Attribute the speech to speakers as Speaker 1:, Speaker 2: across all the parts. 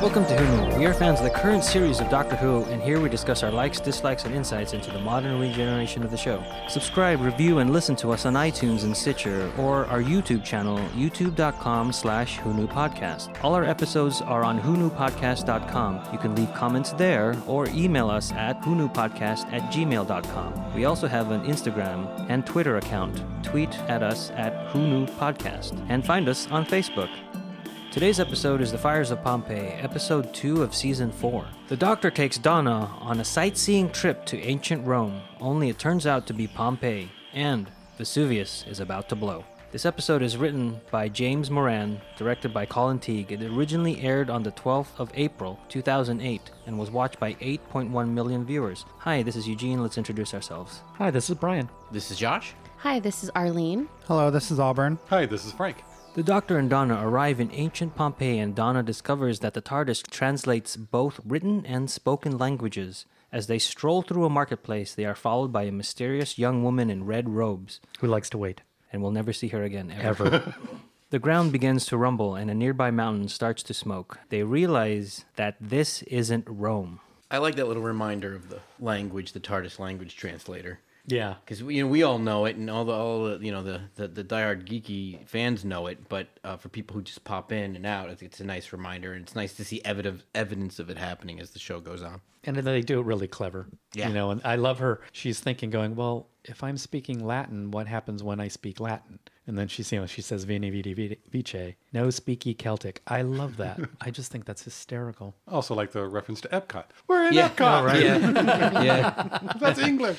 Speaker 1: Welcome to Who Knew. We are fans of the current series of Doctor Who, and here we discuss our likes, dislikes, and insights into the modern regeneration of the show. Subscribe, review, and listen to us on iTunes and Stitcher, or our YouTube channel, youtube.com slash Who Knew Podcast. All our episodes are on WhoKnewPodcast.com. You can leave comments there, or email us at WhoKnewPodcast at gmail.com. We also have an Instagram and Twitter account. Tweet at us at Who Knew Podcast, and find us on Facebook. Today's episode is The Fires of Pompeii, episode 2 of season 4. The doctor takes Donna on a sightseeing trip to ancient Rome, only it turns out to be Pompeii, and Vesuvius is about to blow. This episode is written by James Moran, directed by Colin Teague. It originally aired on the 12th of April, 2008, and was watched by 8.1 million viewers. Hi, this is Eugene. Let's introduce ourselves.
Speaker 2: Hi, this is Brian.
Speaker 3: This is Josh.
Speaker 4: Hi, this is Arlene.
Speaker 5: Hello, this is Auburn.
Speaker 6: Hi, this is Frank.
Speaker 1: The Doctor and Donna arrive in ancient Pompeii, and Donna discovers that the TARDIS translates both written and spoken languages. As they stroll through a marketplace, they are followed by a mysterious young woman in red robes,
Speaker 2: Who likes to wait?
Speaker 1: and will never see her again ever.
Speaker 2: Ever.
Speaker 1: The ground begins to rumble, and a nearby mountain starts to smoke. They realize that this isn't Rome.
Speaker 3: I like that little reminder of the language, the TARDIS language translator,
Speaker 2: yeah.
Speaker 3: because you know we all know it, and all the all the, you know the, the the diehard geeky fans know it. But uh, for people who just pop in and out, it's, it's a nice reminder, and it's nice to see evidence evidence of it happening as the show goes on.
Speaker 2: And then they do it really clever.
Speaker 3: Yeah.
Speaker 2: You know, and I love her. She's thinking, going, well, if I'm speaking Latin, what happens when I speak Latin? And then she's, you know, she says, Veni, Vidi, Vidi, Vice. No speaky Celtic. I love that. I just think that's hysterical.
Speaker 6: Also, like the reference to Epcot. We're in
Speaker 3: Yeah,
Speaker 6: Epcot.
Speaker 3: Yeah, yeah.
Speaker 6: That's English.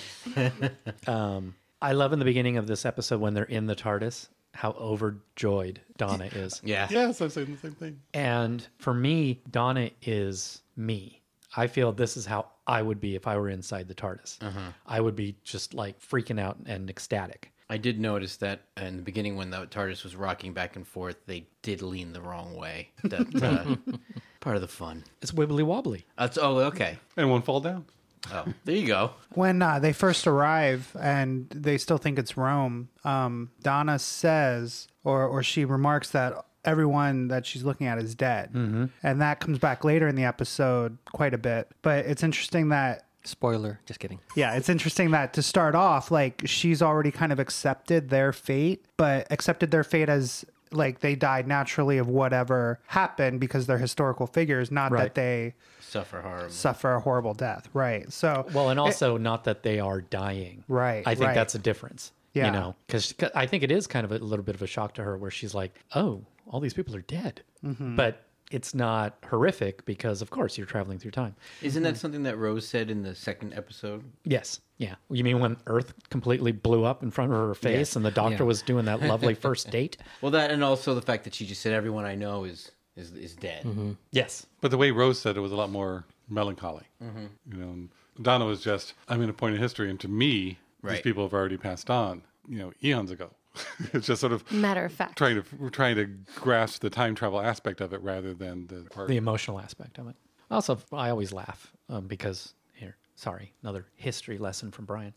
Speaker 2: I love in the beginning of this episode when they're in the TARDIS, how overjoyed Donna is.
Speaker 3: yeah.
Speaker 6: Yes, I'm saying the same thing.
Speaker 2: And for me, Donna is me. I feel this is how I would be if I were inside the TARDIS.
Speaker 5: Uh-huh.
Speaker 2: I would be just like freaking out and ecstatic.
Speaker 3: I did notice that in the beginning when the TARDIS was rocking back and forth, they did lean the wrong way. That uh, part of the fun.
Speaker 2: It's wibbly wobbly.
Speaker 3: That's oh okay.
Speaker 6: And won't fall down.
Speaker 3: Oh, there you go.
Speaker 5: When uh, they first arrive and they still think it's Rome, um, Donna says, or, or she remarks that everyone that she's looking at is dead. Mm-hmm. And that comes back later in the episode quite a bit. But it's interesting that
Speaker 1: Spoiler. Just kidding.
Speaker 5: Yeah, it's interesting that to start off, like she's already kind of accepted their fate, but accepted their fate as like they died naturally of whatever happened because they're historical figures, not
Speaker 2: Right.
Speaker 5: that they
Speaker 3: Suffer horrible.
Speaker 5: suffer a horrible death. Right. So,
Speaker 2: Well, and also not that they are dying.
Speaker 5: Eh, Right,
Speaker 2: I think
Speaker 5: right.
Speaker 2: that's a difference.
Speaker 5: Yeah.
Speaker 2: You know, because I think it is kind of a little bit of a shock to her where she's like, oh, all these people are dead.
Speaker 5: Mm-hmm.
Speaker 2: But it's not horrific because, of course, you're traveling through time.
Speaker 3: Isn't that something that Rose said in the second episode?
Speaker 2: Yes. Yeah. You mean when Earth completely blew up in front of her face and the doctor
Speaker 1: Yeah.
Speaker 2: was doing that lovely first date?
Speaker 3: Well, that and also the fact that she just said everyone I know is is is dead.
Speaker 2: Mm-hmm. Yes.
Speaker 6: But the way Rose said it was a lot more melancholy.
Speaker 3: Mm-hmm.
Speaker 6: You know, and Donna was just, I'm in a point in history, and to me, these
Speaker 3: Right.
Speaker 6: people have already passed on, you know, eons ago. it's just sort of
Speaker 4: Matter of fact.
Speaker 6: trying to we're trying to grasp the time travel aspect of it rather than the part.
Speaker 2: The emotional aspect of it. Also, I always laugh um, because here, sorry, another history lesson from Brian.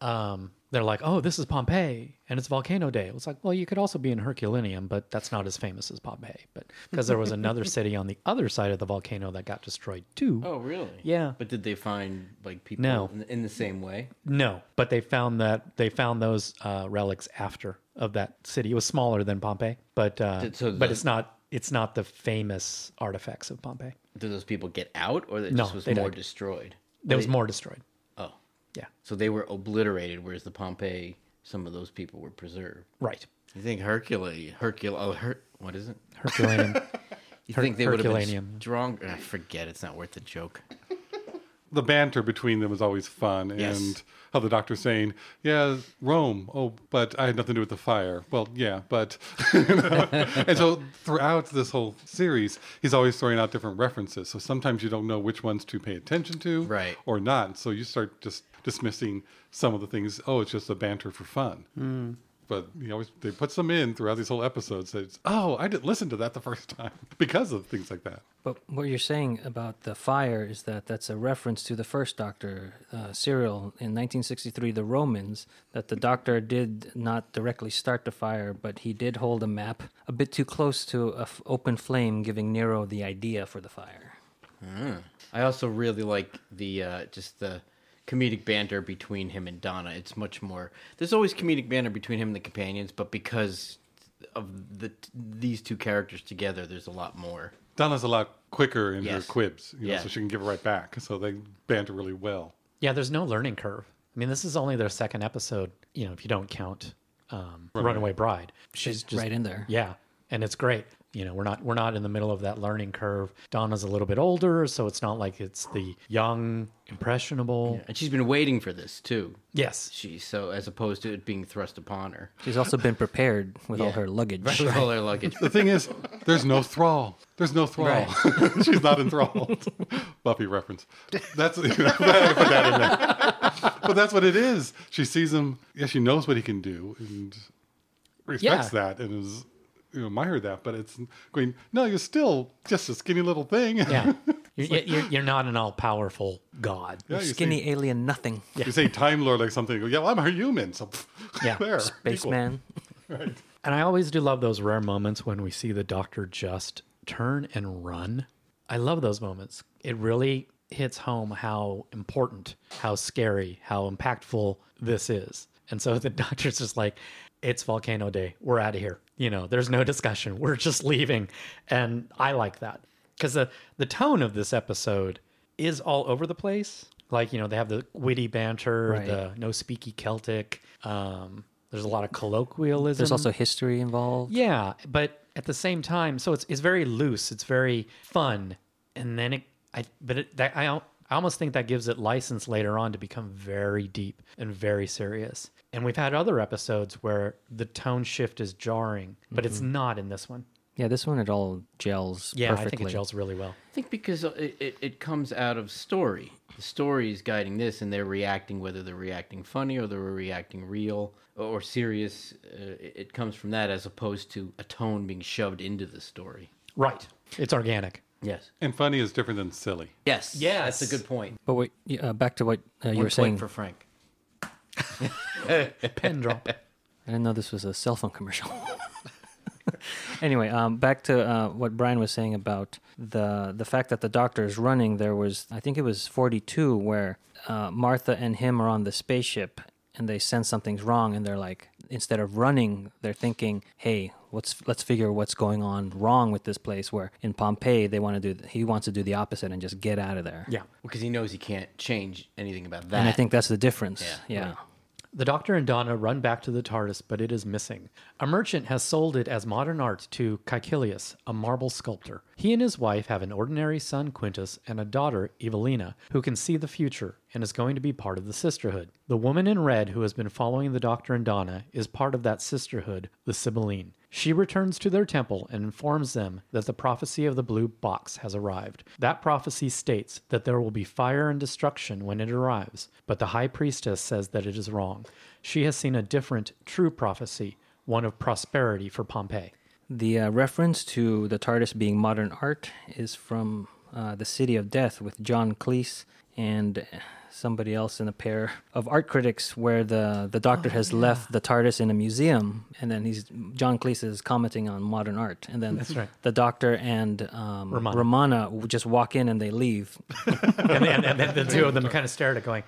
Speaker 2: Um, they're like, oh, this is Pompeii and it's Volcano Day. It's like, well, you could also be in Herculaneum, but that's not as famous as Pompeii. But because there was another city on the other side of the volcano that got destroyed too.
Speaker 3: Oh, really?
Speaker 2: Yeah.
Speaker 3: But did they find like people
Speaker 2: No.
Speaker 3: in, in the same way?
Speaker 2: No, but they found that they found those uh, relics after of that city. It was smaller than Pompeii, but uh,
Speaker 3: Th- so
Speaker 2: but
Speaker 3: the-
Speaker 2: it's not it's not the famous artifacts of Pompeii.
Speaker 3: Did those people get out, or that
Speaker 2: No,
Speaker 3: just was
Speaker 2: they
Speaker 3: more
Speaker 2: died.
Speaker 3: destroyed?
Speaker 2: There was more destroyed.
Speaker 3: Oh,
Speaker 2: Yeah,
Speaker 3: so they were obliterated, whereas the Pompeii, some of those people were preserved.
Speaker 2: right.
Speaker 3: You think Hercules, Hercule, oh, Her, what is it?
Speaker 2: Herculaneum.
Speaker 3: You think they would have been
Speaker 2: Herculaneum.
Speaker 3: stronger? I forget. It's not worth the joke.
Speaker 6: the banter between them is always fun and
Speaker 3: Yes.
Speaker 6: how the doctor's saying yeah rome oh but i had nothing to do with the fire well yeah but and so throughout this whole series he's always throwing out different references so sometimes you don't know which ones to pay attention to
Speaker 3: Right.
Speaker 6: or
Speaker 3: Hmm.
Speaker 6: not so you start just dismissing some of the things oh it's just a banter for fun but he always they put some in throughout these whole episodes. That it's, oh, I didn't listen to that the first time because of things like that.
Speaker 1: But what you're saying about the fire is that that's a reference to the first Doctor uh, serial in 1963, The Romans, that the Doctor did not directly start the fire, but he did hold a map a bit too close to a f- open flame, giving Nero the idea for the fire.
Speaker 3: I also really like the uh, just the comedic banter between him and Donna. It's much more. There's always comedic banter between him and the companions, but because of the these two characters together, there's a lot more.
Speaker 6: Donna's a lot quicker in
Speaker 3: Yes.
Speaker 6: her quibs, you know,
Speaker 3: Yeah.
Speaker 6: so she can give it right back. So they banter really well.
Speaker 2: Yeah, there's no learning curve. I mean, this is only their second episode, you know, if you don't count um, Runaway Bride. She's just
Speaker 1: right in there.
Speaker 2: Yeah, and it's great. You know, we're not we're not in the middle of that learning curve. Donna's a little bit older, so it's not like it's the young, impressionable.
Speaker 3: And she's been waiting for this too.
Speaker 2: Yes.
Speaker 3: She so as opposed to it being thrust upon her
Speaker 1: She's also been prepared with all
Speaker 3: Yeah.
Speaker 1: her luggage.
Speaker 3: with all her luggage.
Speaker 6: The thing is, there's no thrall. There's no thrall. She's not enthralled. Buffy reference. That's you know, put that in there. But that's what it is. She sees him. Yeah, she knows what he can do and respects
Speaker 2: Yeah.
Speaker 6: that and is you know, admired that. But it's going. No, you're still just a skinny little thing.
Speaker 2: Yeah. You're, you're, you're not an all powerful god.
Speaker 6: Yeah, you
Speaker 1: Skinny
Speaker 6: Say,
Speaker 1: alien nothing.
Speaker 6: You say Time Lord like something. you go, Yeah, well, I'm a human. So pff,
Speaker 2: Yeah.
Speaker 6: there. equal.
Speaker 1: Spaceman.
Speaker 2: And I always do love those rare moments when we see the doctor just turn and run. I love those moments. It really hits home how important, how scary, how impactful this is. And so the doctor's just like, it's volcano day. We're out of here. You know, there's no discussion. We're just leaving. And I like that because the, the tone of this episode is all over the place. Like, you know, they have the witty banter,
Speaker 1: Right.
Speaker 2: the no speaky Celtic. Um, there's a lot of colloquialism.
Speaker 1: There's also history involved.
Speaker 2: Yeah, but at the same time, so it's it's very loose. It's very fun, and then it. I but it, that I al- I almost think that gives it license later on to become very deep and very serious. And we've had other episodes where the tone shift is jarring, but it's not in this one.
Speaker 1: Yeah, this one it all gels
Speaker 2: Yeah,
Speaker 1: perfectly.
Speaker 2: I think it gels really well.
Speaker 3: I think because it, it, it comes out of story. The story is guiding this, and they're reacting whether they're reacting funny or they're reacting real or serious. Uh, it, it comes from that as opposed to a tone being shoved into the story.
Speaker 2: Right, it's organic.
Speaker 3: Yes.
Speaker 6: And funny is different than silly.
Speaker 3: Yes. Yeah. That's a
Speaker 2: Yes.
Speaker 3: good point.
Speaker 1: But wait, yeah, uh, back to what uh, you
Speaker 3: One
Speaker 1: were saying.
Speaker 3: point for Frank.
Speaker 2: Pen drop.
Speaker 1: I didn't know this was a cell phone commercial. anyway, um, back to uh, what Brian was saying about the the fact that the doctor is running. There was, I think it was 42, where uh, Martha and him are on the spaceship, and they sense something's wrong, and they're like, instead of running, they're thinking, "Hey, let's let's figure what's going on wrong with this place." Where in Pompeii, they want to do, he wants to do the opposite and just get out of there.
Speaker 2: Yeah.
Speaker 3: Because he knows he can't change anything about that.
Speaker 1: and I think that's the difference. Yeah.
Speaker 2: The doctor and Donna run back to the TARDIS, but it is missing. A merchant has sold it as modern art to Caecilius, a marble sculptor. He and his wife have an ordinary son, Quintus, and a daughter, Evelina, who can see the future and is going to be part of the sisterhood. The woman in red who has been following the doctor and Donna is part of that sisterhood, the Sibylline. She returns to their temple and informs them that the prophecy of the blue box has arrived. That prophecy states that there will be fire and destruction when it arrives, but the high priestess says that it is wrong. She has seen a different, true prophecy, one of prosperity for Pompeii.
Speaker 1: The uh, reference to the TARDIS being modern art is from uh, The City of Death with John Cleese and somebody else in a pair of art critics, where the, the doctor has left the TARDIS in a museum, and then he's John Cleese is commenting on modern art, and then
Speaker 2: right.
Speaker 1: the doctor and um,
Speaker 2: Romana.
Speaker 1: Romana. w- just walk in and they leave.
Speaker 2: and, and, and then the two of them kind of stared at it, going,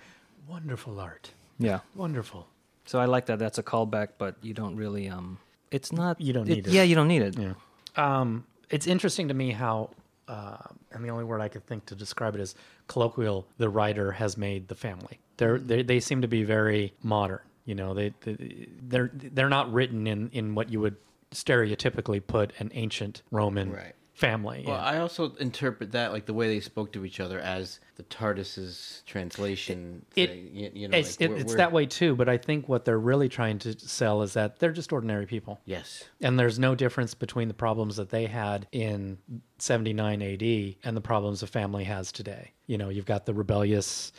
Speaker 2: Wonderful art.
Speaker 1: yeah,
Speaker 2: Wonderful.
Speaker 1: so I like that. That's a callback, but you don't really. Um, it's not.
Speaker 2: You don't need it.
Speaker 1: Yeah, you don't need it. Yeah.
Speaker 2: um, it's interesting to me how, uh, and the only word I could think to describe it is colloquial. The writer has made the family. They're,
Speaker 3: Mm-hmm.
Speaker 2: they they seem to be very modern. You know, they, they they're they're not written in in what you would stereotypically put an ancient Roman
Speaker 3: Right.
Speaker 2: family.
Speaker 3: Well,
Speaker 2: in.
Speaker 3: I also interpret that like the way they spoke to each other as the TARDIS's translation.
Speaker 2: it-
Speaker 3: thing. You, you know,
Speaker 2: it's
Speaker 3: like,
Speaker 2: it,
Speaker 3: we're-
Speaker 2: it's
Speaker 3: we're-
Speaker 2: that way too, but I think what they're really trying to sell is that they're just ordinary people.
Speaker 3: Yes.
Speaker 2: And there's no difference between the problems that they had in 79 AD and the problems a family has today. You know, you've got the rebellious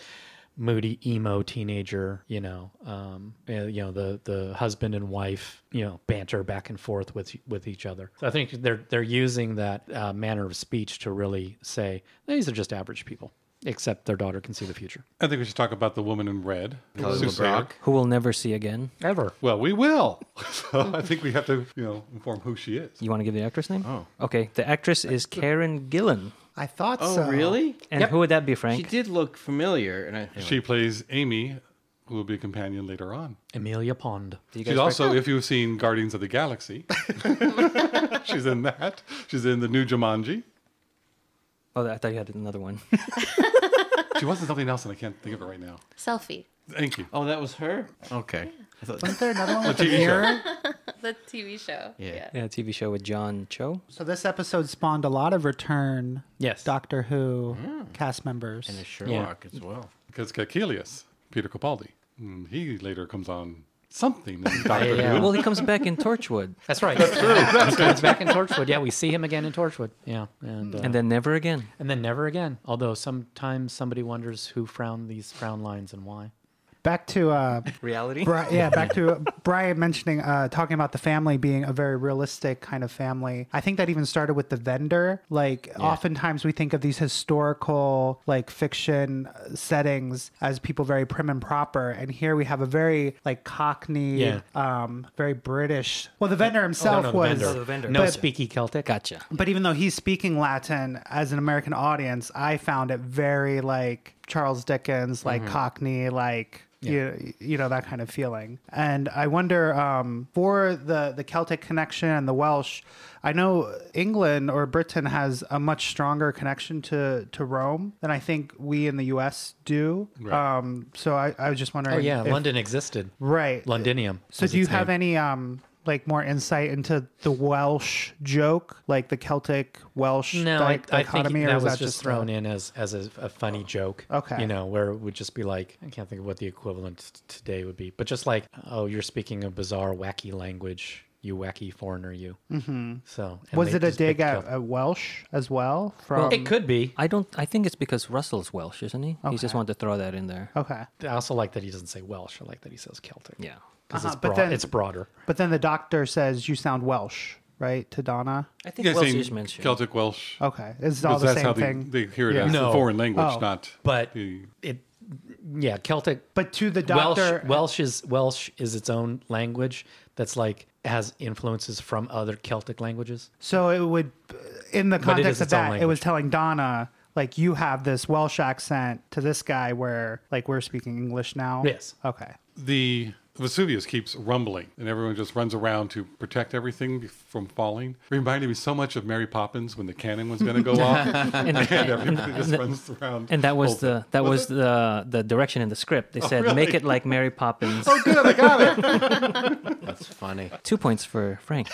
Speaker 2: moody emo teenager, you know, um, uh, you know the the husband and wife, you know, banter back and forth with with each other. So I think they're they're using that uh, manner of speech to really say these are just average people, except their daughter can see the future.
Speaker 6: I think we should talk about the woman in red.
Speaker 3: Kelly
Speaker 6: Soothsayer.
Speaker 3: LeBrock.
Speaker 1: Who we'll never see again.
Speaker 2: Ever.
Speaker 6: Well, we will. so I think we have to, you know, inform who she is.
Speaker 1: You want to give the actress name? Oh. Okay. The actress is Karen Gillan.
Speaker 5: I thought
Speaker 3: Oh,
Speaker 5: so.
Speaker 3: really?
Speaker 1: And who would that be,
Speaker 3: She
Speaker 1: Frank?
Speaker 3: did look familiar, and I,
Speaker 6: She plays Amy, who will be a companion later on.
Speaker 2: Amelia Pond.
Speaker 1: Do you
Speaker 6: She's also, if you've seen Guardians of the Galaxy, she's in that. She's in the new Jumanji.
Speaker 1: Oh, I thought you had another one.
Speaker 6: She was in something else, and I can't think of it right now.
Speaker 4: Selfie.
Speaker 6: Thank you.
Speaker 3: oh, that was her. Okay, I thought,
Speaker 5: Isn't there another one with a
Speaker 6: TV show.
Speaker 5: mirror?
Speaker 4: The TV show.
Speaker 3: Yeah.
Speaker 1: yeah, a TV show with John Cho.
Speaker 5: So this episode spawned a lot of return
Speaker 2: Yes.
Speaker 5: Doctor Who cast members.
Speaker 3: and a Sherlock as well.
Speaker 6: Because Cachelius, Peter Capaldi, mm, he later comes on something in Doctor
Speaker 2: Yeah.
Speaker 6: Who.
Speaker 1: Well, he comes back in Torchwood,
Speaker 2: That's right. That's true. he comes back in Torchwood. Yeah, we see him again in Torchwood. Yeah, and uh,
Speaker 1: and then never again.
Speaker 2: and then never again. Although sometimes somebody wonders who frowned these frown lines and why.
Speaker 5: Back to uh,
Speaker 1: Reality.
Speaker 5: Bri- yeah, back to uh, Brian mentioning uh, talking about the family being a very realistic kind of family. I think that even started with the vendor. Like, oftentimes we think of these historical, like fiction uh, settings as people very prim and proper, and here we have a very like Cockney,
Speaker 2: Yeah.
Speaker 5: um, very British. Well, the vendor himself
Speaker 2: no, the
Speaker 5: was.
Speaker 2: vendor.
Speaker 1: the vendor.
Speaker 2: No
Speaker 1: But-
Speaker 2: speaky Celtic.
Speaker 1: Gotcha.
Speaker 5: But even though he's speaking Latin as an American audience, I found it very like Charles Dickens, like
Speaker 2: Mm-hmm.
Speaker 5: Cockney, like you, you know that kind of feeling. And I wonder um, for the the Celtic connection and the Welsh. I know England or Britain has a much stronger connection to to Rome than I think we in the U.S. do.
Speaker 6: Right.
Speaker 5: Um, so I, I was just wondering.
Speaker 2: Oh yeah,
Speaker 5: if-
Speaker 2: London existed.
Speaker 5: right?
Speaker 2: Londinium.
Speaker 5: So
Speaker 2: is
Speaker 5: do you
Speaker 2: its
Speaker 5: have
Speaker 2: name.
Speaker 5: any um like more insight into the Welsh joke, like the Celtic Welsh
Speaker 2: No, I,
Speaker 5: di-
Speaker 2: I think
Speaker 5: dichotomy,
Speaker 2: that
Speaker 5: or
Speaker 2: was
Speaker 5: is
Speaker 2: just,
Speaker 5: that just
Speaker 2: thrown in as as a, a funny joke.
Speaker 5: Okay.
Speaker 2: you know where it would just be like I can't think of what the equivalent t- today would be, but just like oh, you're speaking a bizarre, wacky language, you wacky foreigner, you. Mm-hmm. So and
Speaker 5: Was
Speaker 2: they
Speaker 5: it a
Speaker 2: just picked
Speaker 5: dig at, um,
Speaker 2: Celtic.
Speaker 5: at Welsh as well? From
Speaker 2: it could be.
Speaker 1: I don't. I think it's because Russell's Welsh, isn't he? He just wanted to throw that in
Speaker 6: Oh.
Speaker 1: there.
Speaker 5: okay,
Speaker 2: I also like that he doesn't say Welsh. I like that he says Celtic.
Speaker 1: Yeah.
Speaker 2: because
Speaker 5: Uh-huh,
Speaker 2: it's
Speaker 5: but
Speaker 2: broad,
Speaker 5: then-
Speaker 2: it's broader.
Speaker 5: but then the doctor says you sound Welsh, right, to Donna?
Speaker 1: I think
Speaker 6: Yeah,
Speaker 1: Welsh
Speaker 6: saying
Speaker 1: is mentioned.
Speaker 6: Celtic Welsh.
Speaker 5: Okay, it's all
Speaker 6: Because
Speaker 5: the
Speaker 6: that's
Speaker 5: same
Speaker 6: how they,
Speaker 5: thing.
Speaker 6: they hear it
Speaker 5: Yeah.
Speaker 6: as
Speaker 2: No.
Speaker 6: a foreign language,
Speaker 5: Oh.
Speaker 6: not.
Speaker 2: But
Speaker 6: the-
Speaker 2: it, yeah, Celtic
Speaker 5: but to the doctor,
Speaker 2: Welsh, Welsh is Welsh is its own language that's like has influences from other Celtic languages.
Speaker 5: so it would, in the
Speaker 2: But it
Speaker 5: context
Speaker 2: is
Speaker 5: of
Speaker 2: its own
Speaker 5: that, it was telling Donna. Like you have this Welsh accent to this guy, where like we're speaking English now.
Speaker 2: Yes.
Speaker 5: Okay.
Speaker 6: the Vesuvius keeps rumbling, and everyone just runs around to protect everything from falling. Reminded me so much of Mary Poppins when the cannon was going to go off, and, everybody just runs around.
Speaker 1: And that was
Speaker 6: Oh,
Speaker 1: the that was,
Speaker 6: it? Oh,
Speaker 1: the the direction in the script. They said
Speaker 6: really?
Speaker 1: make it like Mary Poppins.
Speaker 5: Oh,
Speaker 6: good. I got it.
Speaker 3: That's funny.
Speaker 1: Two points for Frank.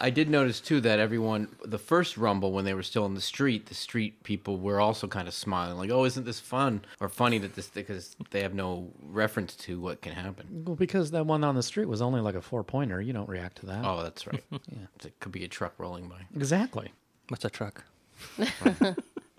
Speaker 3: I did notice too that everyone, the first rumble when they were still in the street, the street people were also kind of smiling, like, "Oh, isn't this fun?" Or funny that this because they have no reference to what can happen.
Speaker 2: Well, because that one on the street was only like a four pointer, you don't react to that.
Speaker 3: Oh, that's right. yeah, it could be a truck rolling by.
Speaker 2: Exactly.
Speaker 1: What's a truck?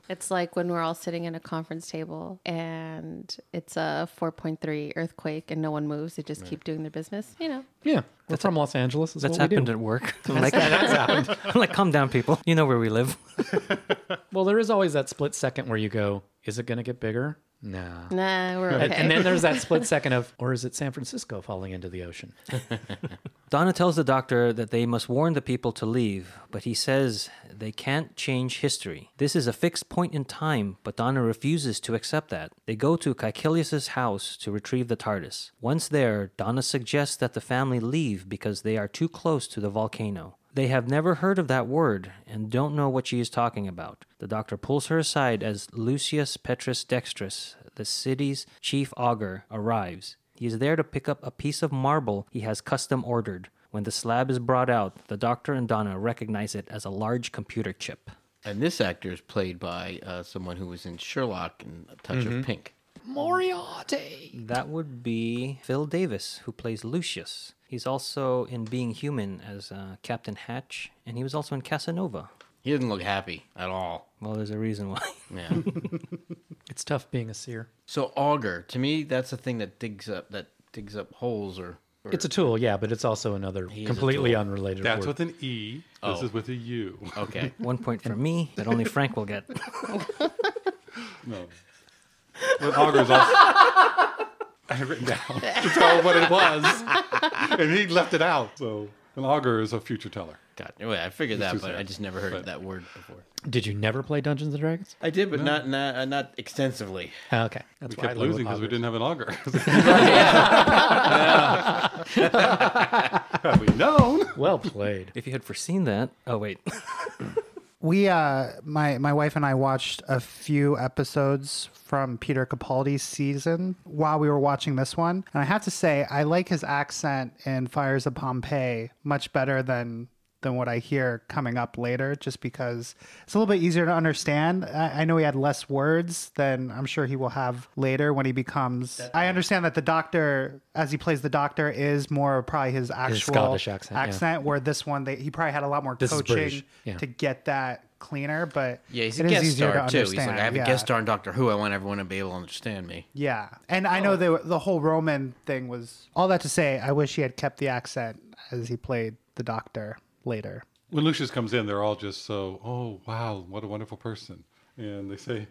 Speaker 4: It's like when we're all sitting at a conference table and it's a 4.3 earthquake and no one moves. They just keep doing their business. You know,
Speaker 2: Yeah, we're from Los Angeles. Is
Speaker 1: That's
Speaker 2: what we
Speaker 1: happened
Speaker 2: do.
Speaker 1: at work. I'm like, I'm like, calm down, people. You know where we live.
Speaker 2: Well, there is always that split second where you go, "Is it going to get bigger?" Nah.
Speaker 4: nah, we're okay.
Speaker 2: And, and then there's that split second of, or is it San Francisco falling into the ocean?
Speaker 1: Donna tells the doctor that they must warn the people to leave, but he says they can't change history. This is a fixed point in time, but Donna refuses to accept that. They go to Caecilius' house to retrieve the TARDIS. Once there, Donna suggests that the family leave because they are too close to the volcano. They have never heard of that word and don't know what she is talking about. The doctor pulls her aside as Lucius Petrus Dextrus, the city's chief augur, arrives. He is there to pick up a piece of marble he has custom ordered. When the slab is brought out, the doctor and Donna recognize it as a large computer chip.
Speaker 3: And this actor is played by uh, someone who was in Sherlock and A Touch of Pink.
Speaker 2: Moriarty.
Speaker 1: That would be Phil Davis, who plays Lucius. He's also in Being Human as uh, Captain Hatch, and he was also in Casanova.
Speaker 3: He doesn't look happy at all.
Speaker 1: Well, there's a reason why.
Speaker 3: Yeah.
Speaker 2: It's tough being a seer.
Speaker 3: so auger to me, that's the thing that digs up that digs up holes or. or
Speaker 2: It's a tool, yeah, but it's also another
Speaker 3: is a
Speaker 2: completely
Speaker 3: tool.
Speaker 2: unrelated
Speaker 6: That's
Speaker 2: word.
Speaker 6: with an E. This
Speaker 3: Oh.
Speaker 6: is with a U.
Speaker 3: okay.
Speaker 1: One point for me that only Frank will get.
Speaker 6: No. But augur's also. I had written down to tell what it was, and he left it out. So an augur is a future teller.
Speaker 3: God, wait, I figured that,
Speaker 6: too
Speaker 3: but I
Speaker 6: sad.
Speaker 3: just never heard
Speaker 6: But-
Speaker 3: that word before.
Speaker 2: Did you never play Dungeons and Dragons?
Speaker 3: I did, but not not uh, not extensively.
Speaker 2: Ah, Okay, that's
Speaker 6: We
Speaker 2: why I
Speaker 6: kept
Speaker 2: love
Speaker 6: losing because we
Speaker 2: Hogwarts.
Speaker 6: didn't have an augur. Had we known,
Speaker 2: Well played.
Speaker 1: If you had foreseen that. Oh, wait.
Speaker 5: We uh my my wife and I watched a few episodes from Peter Capaldi's season while we were watching this one. And I have to say I like his accent in Fires of Pompeii much better than than what I hear coming up later, just because it's a little bit easier to understand. I, I know he had less words than I'm sure he will have later when he becomes. I understand that the doctor, as he plays the doctor, is more probably his actual
Speaker 2: Scottish accent, yeah.
Speaker 5: accent, Where this one, they, he probably had a lot more
Speaker 2: This is
Speaker 5: coaching
Speaker 2: British, yeah.
Speaker 5: to get that cleaner, but
Speaker 3: Yeah, he's a
Speaker 5: it is
Speaker 3: guest
Speaker 5: easier
Speaker 3: star
Speaker 5: to
Speaker 3: too. He's like,
Speaker 5: understand.
Speaker 3: I have
Speaker 5: yeah.
Speaker 3: a guest star in Doctor Who. I want everyone to be able to understand me.
Speaker 5: Yeah, and I
Speaker 3: Oh.
Speaker 5: know the the whole Roman thing was all that to say. I wish he had kept the accent as he played the Doctor later.
Speaker 6: when Lucius comes in, they're all just so, oh wow, what a wonderful person, and they say.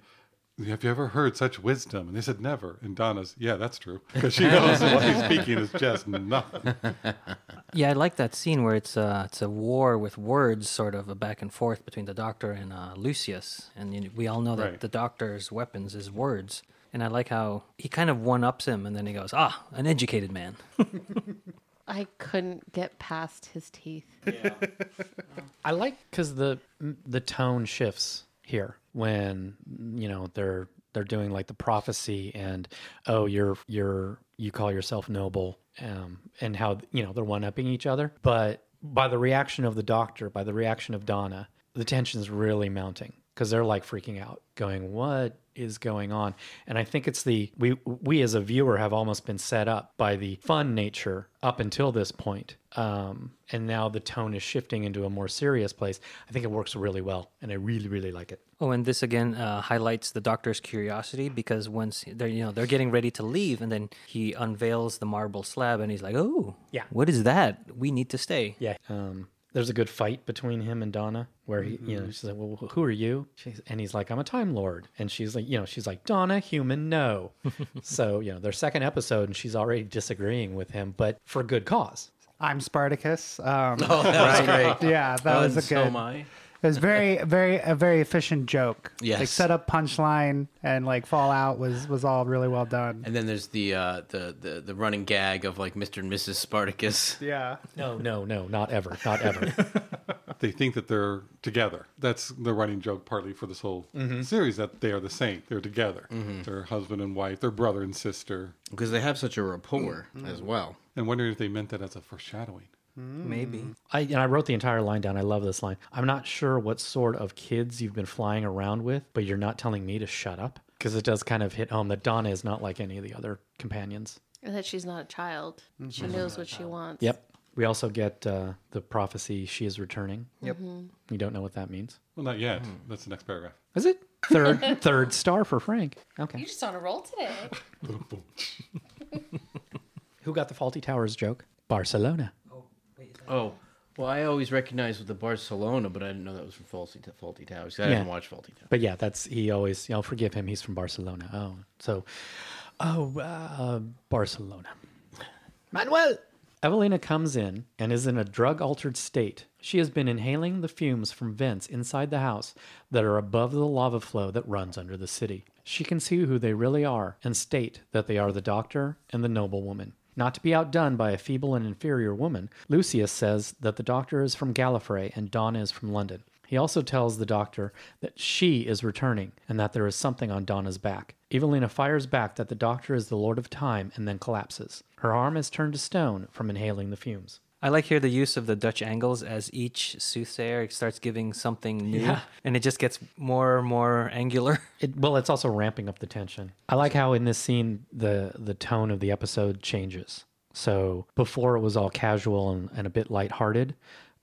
Speaker 6: Have you ever heard such wisdom? And they said never. And Donna's, yeah, that's true, because she knows what he's speaking is just nothing.
Speaker 1: Yeah, I like that scene where it's uh, it's a war with words, sort of a back and forth between the Doctor and uh, Lucius, and you know, we all know that
Speaker 6: Right.
Speaker 1: the Doctor's weapons is words. And I like how he kind of one ups him, and then he goes, "Ah, an educated man."
Speaker 4: I couldn't get past his teeth.
Speaker 2: I like because the the tone shifts here when you know they're they're doing like the prophecy and oh you're you're you call yourself noble um, and how you know they're one upping each other, but by the reaction of the doctor, by the reaction of Donna, the tension's really mounting because they're like freaking out, going what is going on and i think it's the we we as a viewer have almost been set up by the fun nature up until this point um and now the tone is shifting into a more serious place i think it works really well and i really really like it
Speaker 1: oh, and this again uh, highlights the Doctor's curiosity because once they're you know they're getting ready to leave, and then he unveils the marble slab, and he's like, "Oh,
Speaker 2: Yeah.
Speaker 1: what is that? We need to stay."
Speaker 2: yeah um there's a good fight between him and Donna where he, you know, she's like, well, who are you? She's, and he's like, I'm a time lord. And she's like, you know, she's like, Donna, human, no. so, you know, their second episode and she's already disagreeing with him, but for good cause.
Speaker 5: I'm Spartacus. Um,
Speaker 3: Oh, that was great.
Speaker 5: Yeah, that was a good.
Speaker 3: So am I.
Speaker 5: It was very, very, a very efficient joke.
Speaker 3: Yes.
Speaker 5: like set up punchline and like fallout was was all really well done.
Speaker 3: And then there's the uh, the, the the running gag of like Mr. and Mrs. Spartacus.
Speaker 5: Yeah,
Speaker 2: No, no, no, not ever, not ever.
Speaker 6: they think that they're together. That's the running joke partly for this whole
Speaker 2: Mm-hmm.
Speaker 6: series that they are the same. They're together. They're husband and wife. They're brother and sister.
Speaker 3: because they have such a rapport
Speaker 5: Mm-hmm.
Speaker 3: as well.
Speaker 6: And wondering if they meant that as a foreshadowing.
Speaker 1: Maybe
Speaker 2: I and I wrote the entire line down. I love this line. I'm not sure what sort of kids you've been flying around with, but you're not telling me to shut up because it does kind of hit home that Donna is not like any of the other companions.
Speaker 4: And that she's not a child. She
Speaker 2: Mm-hmm.
Speaker 4: knows what she wants.
Speaker 2: We also get uh, the prophecy she is returning. Yep. You don't know what that means.
Speaker 6: Well, not yet. That's the next paragraph.
Speaker 2: Is it third third star for Frank?
Speaker 4: You're
Speaker 2: Okay.
Speaker 4: just on a roll today.
Speaker 6: Boom, boom.
Speaker 2: Who got the faulty towers joke? Barcelona.
Speaker 3: Oh, well, I always recognized with the Barcelona, but I didn't know that was from Faulty, Faulty Towers. 'cause I
Speaker 2: Yeah.
Speaker 3: didn't watch Faulty Towers.
Speaker 2: But yeah, that's he always. You know, forgive him. He's from Barcelona. Oh, so, oh, uh, Barcelona. Manuel. Evelina comes in and is in a drug altered state. She has been inhaling the fumes from vents inside the house that are above the lava flow that runs under the city. She can see who they really are and state that they are the doctor and the noblewoman. Not to be outdone by a feeble and inferior woman, Lucius says that the doctor is from Gallifrey and Donna is from London. He also tells the doctor that she is returning and that there is something on Donna's back. Evelina fires back that the doctor is the Lord of Time and then collapses. Her arm has turned to stone from inhaling the fumes.
Speaker 1: I like here the use of the Dutch angles as each soothsayer starts giving something new, and it just gets more and more angular.
Speaker 2: It, well, it's also ramping up the tension. I like how in this scene the the tone of the episode changes. So before it was all casual and, and a bit lighthearted.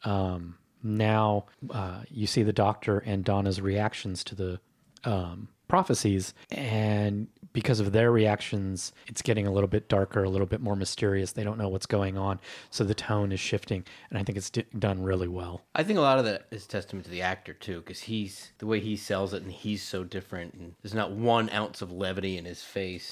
Speaker 2: Um, now uh, you see the doctor and Donna's reactions to the um, prophecies. And because of their reactions, it's getting a little bit darker, a little bit more mysterious. They don't know what's going on. So the tone is shifting. And I think it's d- done really well.
Speaker 3: I think a lot of that is testament to the actor too, because he's the way he sells it, and he's so different, and there's not one ounce of levity in his face.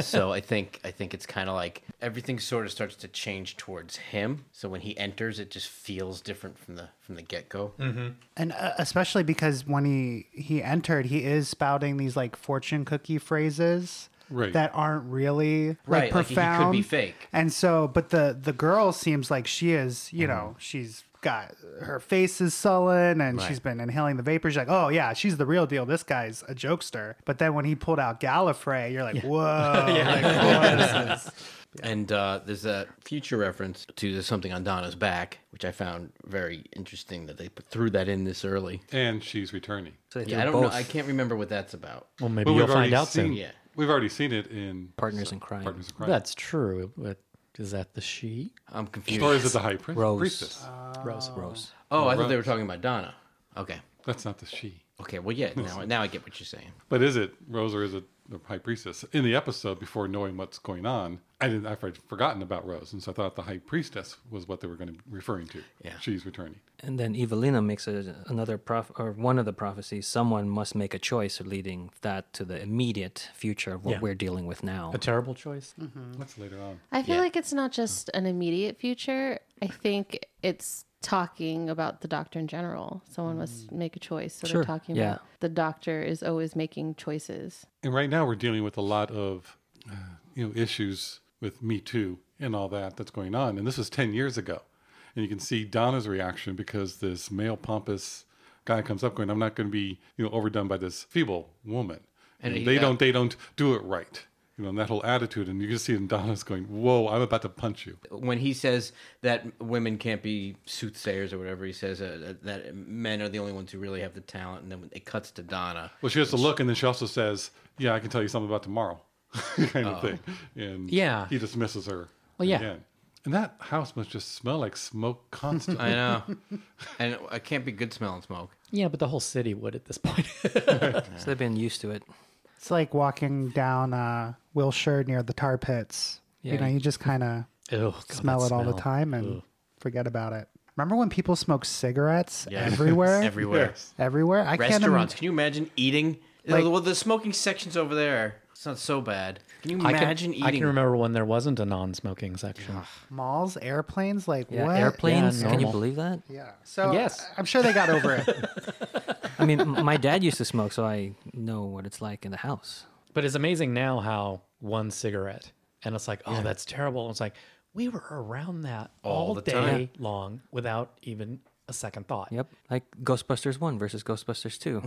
Speaker 3: so I think I think it's kind of like everything sort of starts to change towards him. So when he enters, it just feels different from the from the get go.
Speaker 1: Mm-hmm.
Speaker 5: and uh, especially because when he he entered he is spouting these like fortune cookie phrases
Speaker 6: Right.
Speaker 5: that aren't really
Speaker 3: Right,
Speaker 5: like
Speaker 3: like, he could be
Speaker 5: profound
Speaker 3: fake.
Speaker 5: and so but the the girl seems like she is you know she's got her face is sullen and she's been inhaling the vapors You're like oh yeah she's the real deal this guy's a jokester but then when he pulled out gallifrey you're like whoa like, what is this?
Speaker 3: And uh, there's a future reference to there's something on Donna's back, which I found very interesting that they put, threw that in this early.
Speaker 6: and she's returning.
Speaker 1: So they
Speaker 3: Yeah,
Speaker 1: do
Speaker 3: I don't
Speaker 1: both
Speaker 3: know. I can't remember what that's about.
Speaker 2: Well, maybe
Speaker 6: But
Speaker 2: you'll find out
Speaker 6: seen,
Speaker 2: soon.
Speaker 3: Yeah.
Speaker 6: We've already seen it in
Speaker 1: partners in crime.
Speaker 6: Partners in Crime.
Speaker 2: That's true. But is that the she?
Speaker 3: I'm confused.
Speaker 6: or is it the High Priest?
Speaker 1: Rose.
Speaker 6: Priestess?
Speaker 2: Rose.
Speaker 1: Rose.
Speaker 3: oh, I thought they were talking about Donna. Okay.
Speaker 6: That's not the she.
Speaker 3: Okay. Well, yeah. Now, now I get what you're saying.
Speaker 6: But is it Rose or is it the High Priestess? In the episode, before knowing what's going on, I didn't. I've forgotten about Rose, and so I thought the High Priestess was what they were going to be referring to.
Speaker 3: Yeah.
Speaker 6: she's returning.
Speaker 1: And then Evelina makes a, another prof or one of the prophecies. Someone must make a choice, leading that to the immediate future of what
Speaker 2: Yeah.
Speaker 1: we're dealing with now.
Speaker 2: A terrible choice.
Speaker 5: Hmm.
Speaker 6: That's later on.
Speaker 4: I feel
Speaker 3: Yeah.
Speaker 4: like it's not just an immediate future. I think it's talking about the doctor in general. Someone must make a choice. So
Speaker 1: Mm. Sure,
Speaker 4: they're talking
Speaker 1: yeah.
Speaker 4: about the doctor is always making choices.
Speaker 6: And right now, we're dealing with a lot of uh, you know issues with Me Too and all that that's going on. And this was ten years ago, and you can see Donna's reaction because this male pompous guy comes up going, "I'm not going to be you know overdone by this feeble woman." And,
Speaker 3: he-
Speaker 6: they
Speaker 3: yeah.
Speaker 6: don't they don't do it right. You know, and that whole attitude, and you can see it in Donna's going, "Whoa, I'm about to punch you."
Speaker 3: when he says that women can't be soothsayers or whatever he says uh, that men are the only ones who really have the talent and then it cuts to donna
Speaker 6: Well, she has to look, and then she also says, "Yeah, I can tell you something about tomorrow," kind of thing. And
Speaker 2: Oh. Yeah.
Speaker 6: he dismisses her.
Speaker 2: Well, yeah.
Speaker 6: again. And that house must just smell like smoke constantly.
Speaker 3: i know and it can't be good smelling smoke
Speaker 2: Yeah, but the whole city would at this point.
Speaker 1: So they've been used to it.
Speaker 5: it's like walking down uh wilshire near the tar pits
Speaker 1: Yeah.
Speaker 5: you know you just kind of
Speaker 2: Ew, God,
Speaker 5: smell
Speaker 2: that
Speaker 5: it all the
Speaker 2: smell.
Speaker 5: time and
Speaker 2: Ugh.
Speaker 5: forget about it. Remember when people smoke cigarettes
Speaker 3: Yeah.
Speaker 5: everywhere?
Speaker 3: everywhere
Speaker 6: Yes.
Speaker 5: everywhere? I can't im-
Speaker 3: restaurants can you imagine eating
Speaker 5: Like-
Speaker 3: well the smoking sections over there it's not so bad can you imagine
Speaker 2: I can, I
Speaker 3: eating
Speaker 2: can remember when there wasn't a non-smoking section.
Speaker 5: malls, airplanes, like
Speaker 1: Yeah,
Speaker 5: what?
Speaker 1: airplanes.
Speaker 2: Yeah,
Speaker 1: Can you
Speaker 2: normal.
Speaker 1: believe that?
Speaker 5: Yeah. So
Speaker 2: Yes.
Speaker 5: yes. I'm sure they got over it.
Speaker 1: I mean, m- my dad used to smoke, so I know what it's like in the house.
Speaker 2: But it's amazing now how one cigarette, and it's like, oh, that's terrible. It's like we were around that all,
Speaker 3: the
Speaker 2: day
Speaker 3: time.
Speaker 2: long without even a second thought.
Speaker 1: Yep, like Ghostbusters One versus Ghostbusters Two.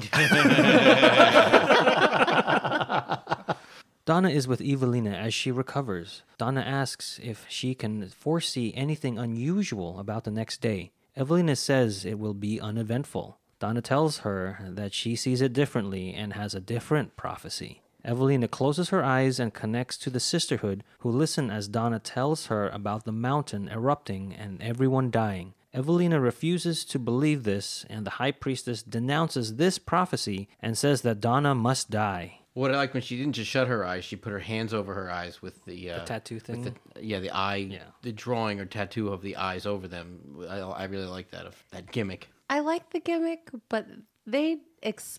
Speaker 1: Donna is with Evelina as she recovers. Donna asks if she can foresee anything unusual about the next day. Evelina says it will be uneventful. Donna tells her that she sees it differently and has a different prophecy. Evelina closes her eyes and connects to the sisterhood, who listen as Donna tells her about the mountain erupting and everyone dying. Evelina refuses to believe this, and the high priestess denounces this prophecy and says that Donna must die.
Speaker 3: what i like when she didn't just shut her eyes she put her hands over her eyes with the, uh,
Speaker 1: tattoo
Speaker 3: with
Speaker 1: thing?
Speaker 3: the- yeah the eye
Speaker 1: Yeah.
Speaker 3: the drawing or tattoo of the eyes over them i, I really like that of that gimmick
Speaker 4: I like the gimmick, but they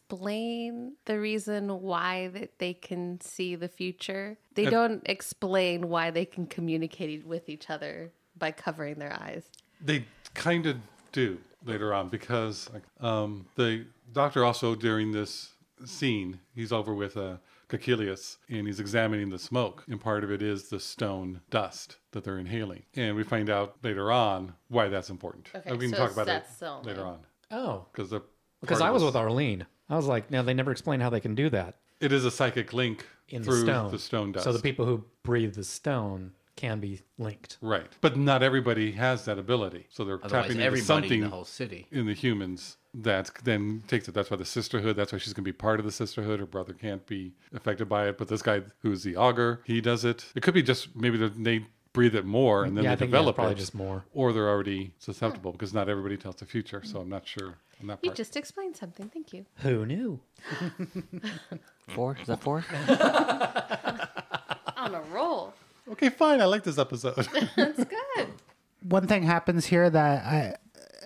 Speaker 4: explain the reason why that they can see the future. They don't explain why they can communicate with each other by covering their eyes.
Speaker 6: They kind of do later on because um, the doctor also during this scene he's over with uh, Cachilius and he's examining the smoke and part of it is the stone dust that they're inhaling and we find out later on why that's important.
Speaker 4: Okay,
Speaker 6: Uh, we can
Speaker 4: so
Speaker 6: talk about
Speaker 4: that's
Speaker 6: it
Speaker 4: the only-
Speaker 6: later on
Speaker 2: Oh,
Speaker 6: because the
Speaker 2: because
Speaker 6: part
Speaker 2: I
Speaker 6: of
Speaker 2: was
Speaker 6: this-
Speaker 2: with Arlene. I was like, now they never explain how they can do that
Speaker 6: It is a psychic link
Speaker 2: in
Speaker 6: through
Speaker 2: the stone.
Speaker 6: dust.
Speaker 2: So the people who breathe the stone can be linked.
Speaker 6: right, but not everybody has that ability. So they're
Speaker 3: otherwise
Speaker 6: tapping into
Speaker 3: everybody
Speaker 6: something
Speaker 3: in the whole city
Speaker 6: in the humans that then takes it. That's why the sisterhood. That's why she's going to be part of the sisterhood. Her brother can't be affected by it, but this guy who's the augur, he does it. It could be just maybe that they breathe it more and then
Speaker 2: Yeah,
Speaker 6: they
Speaker 2: I think, yeah,
Speaker 6: develop
Speaker 2: probably
Speaker 6: it,
Speaker 2: just more.
Speaker 6: or they're already susceptible because not everybody tells the future. So I'm not sure on that
Speaker 1: Uh,
Speaker 4: You
Speaker 6: part.
Speaker 4: just explained something. Thank you.
Speaker 2: Who knew?
Speaker 1: Four? Is that four?
Speaker 4: On a roll.
Speaker 6: Okay, fine. I like this episode.
Speaker 4: That's good.
Speaker 5: one thing happens here that I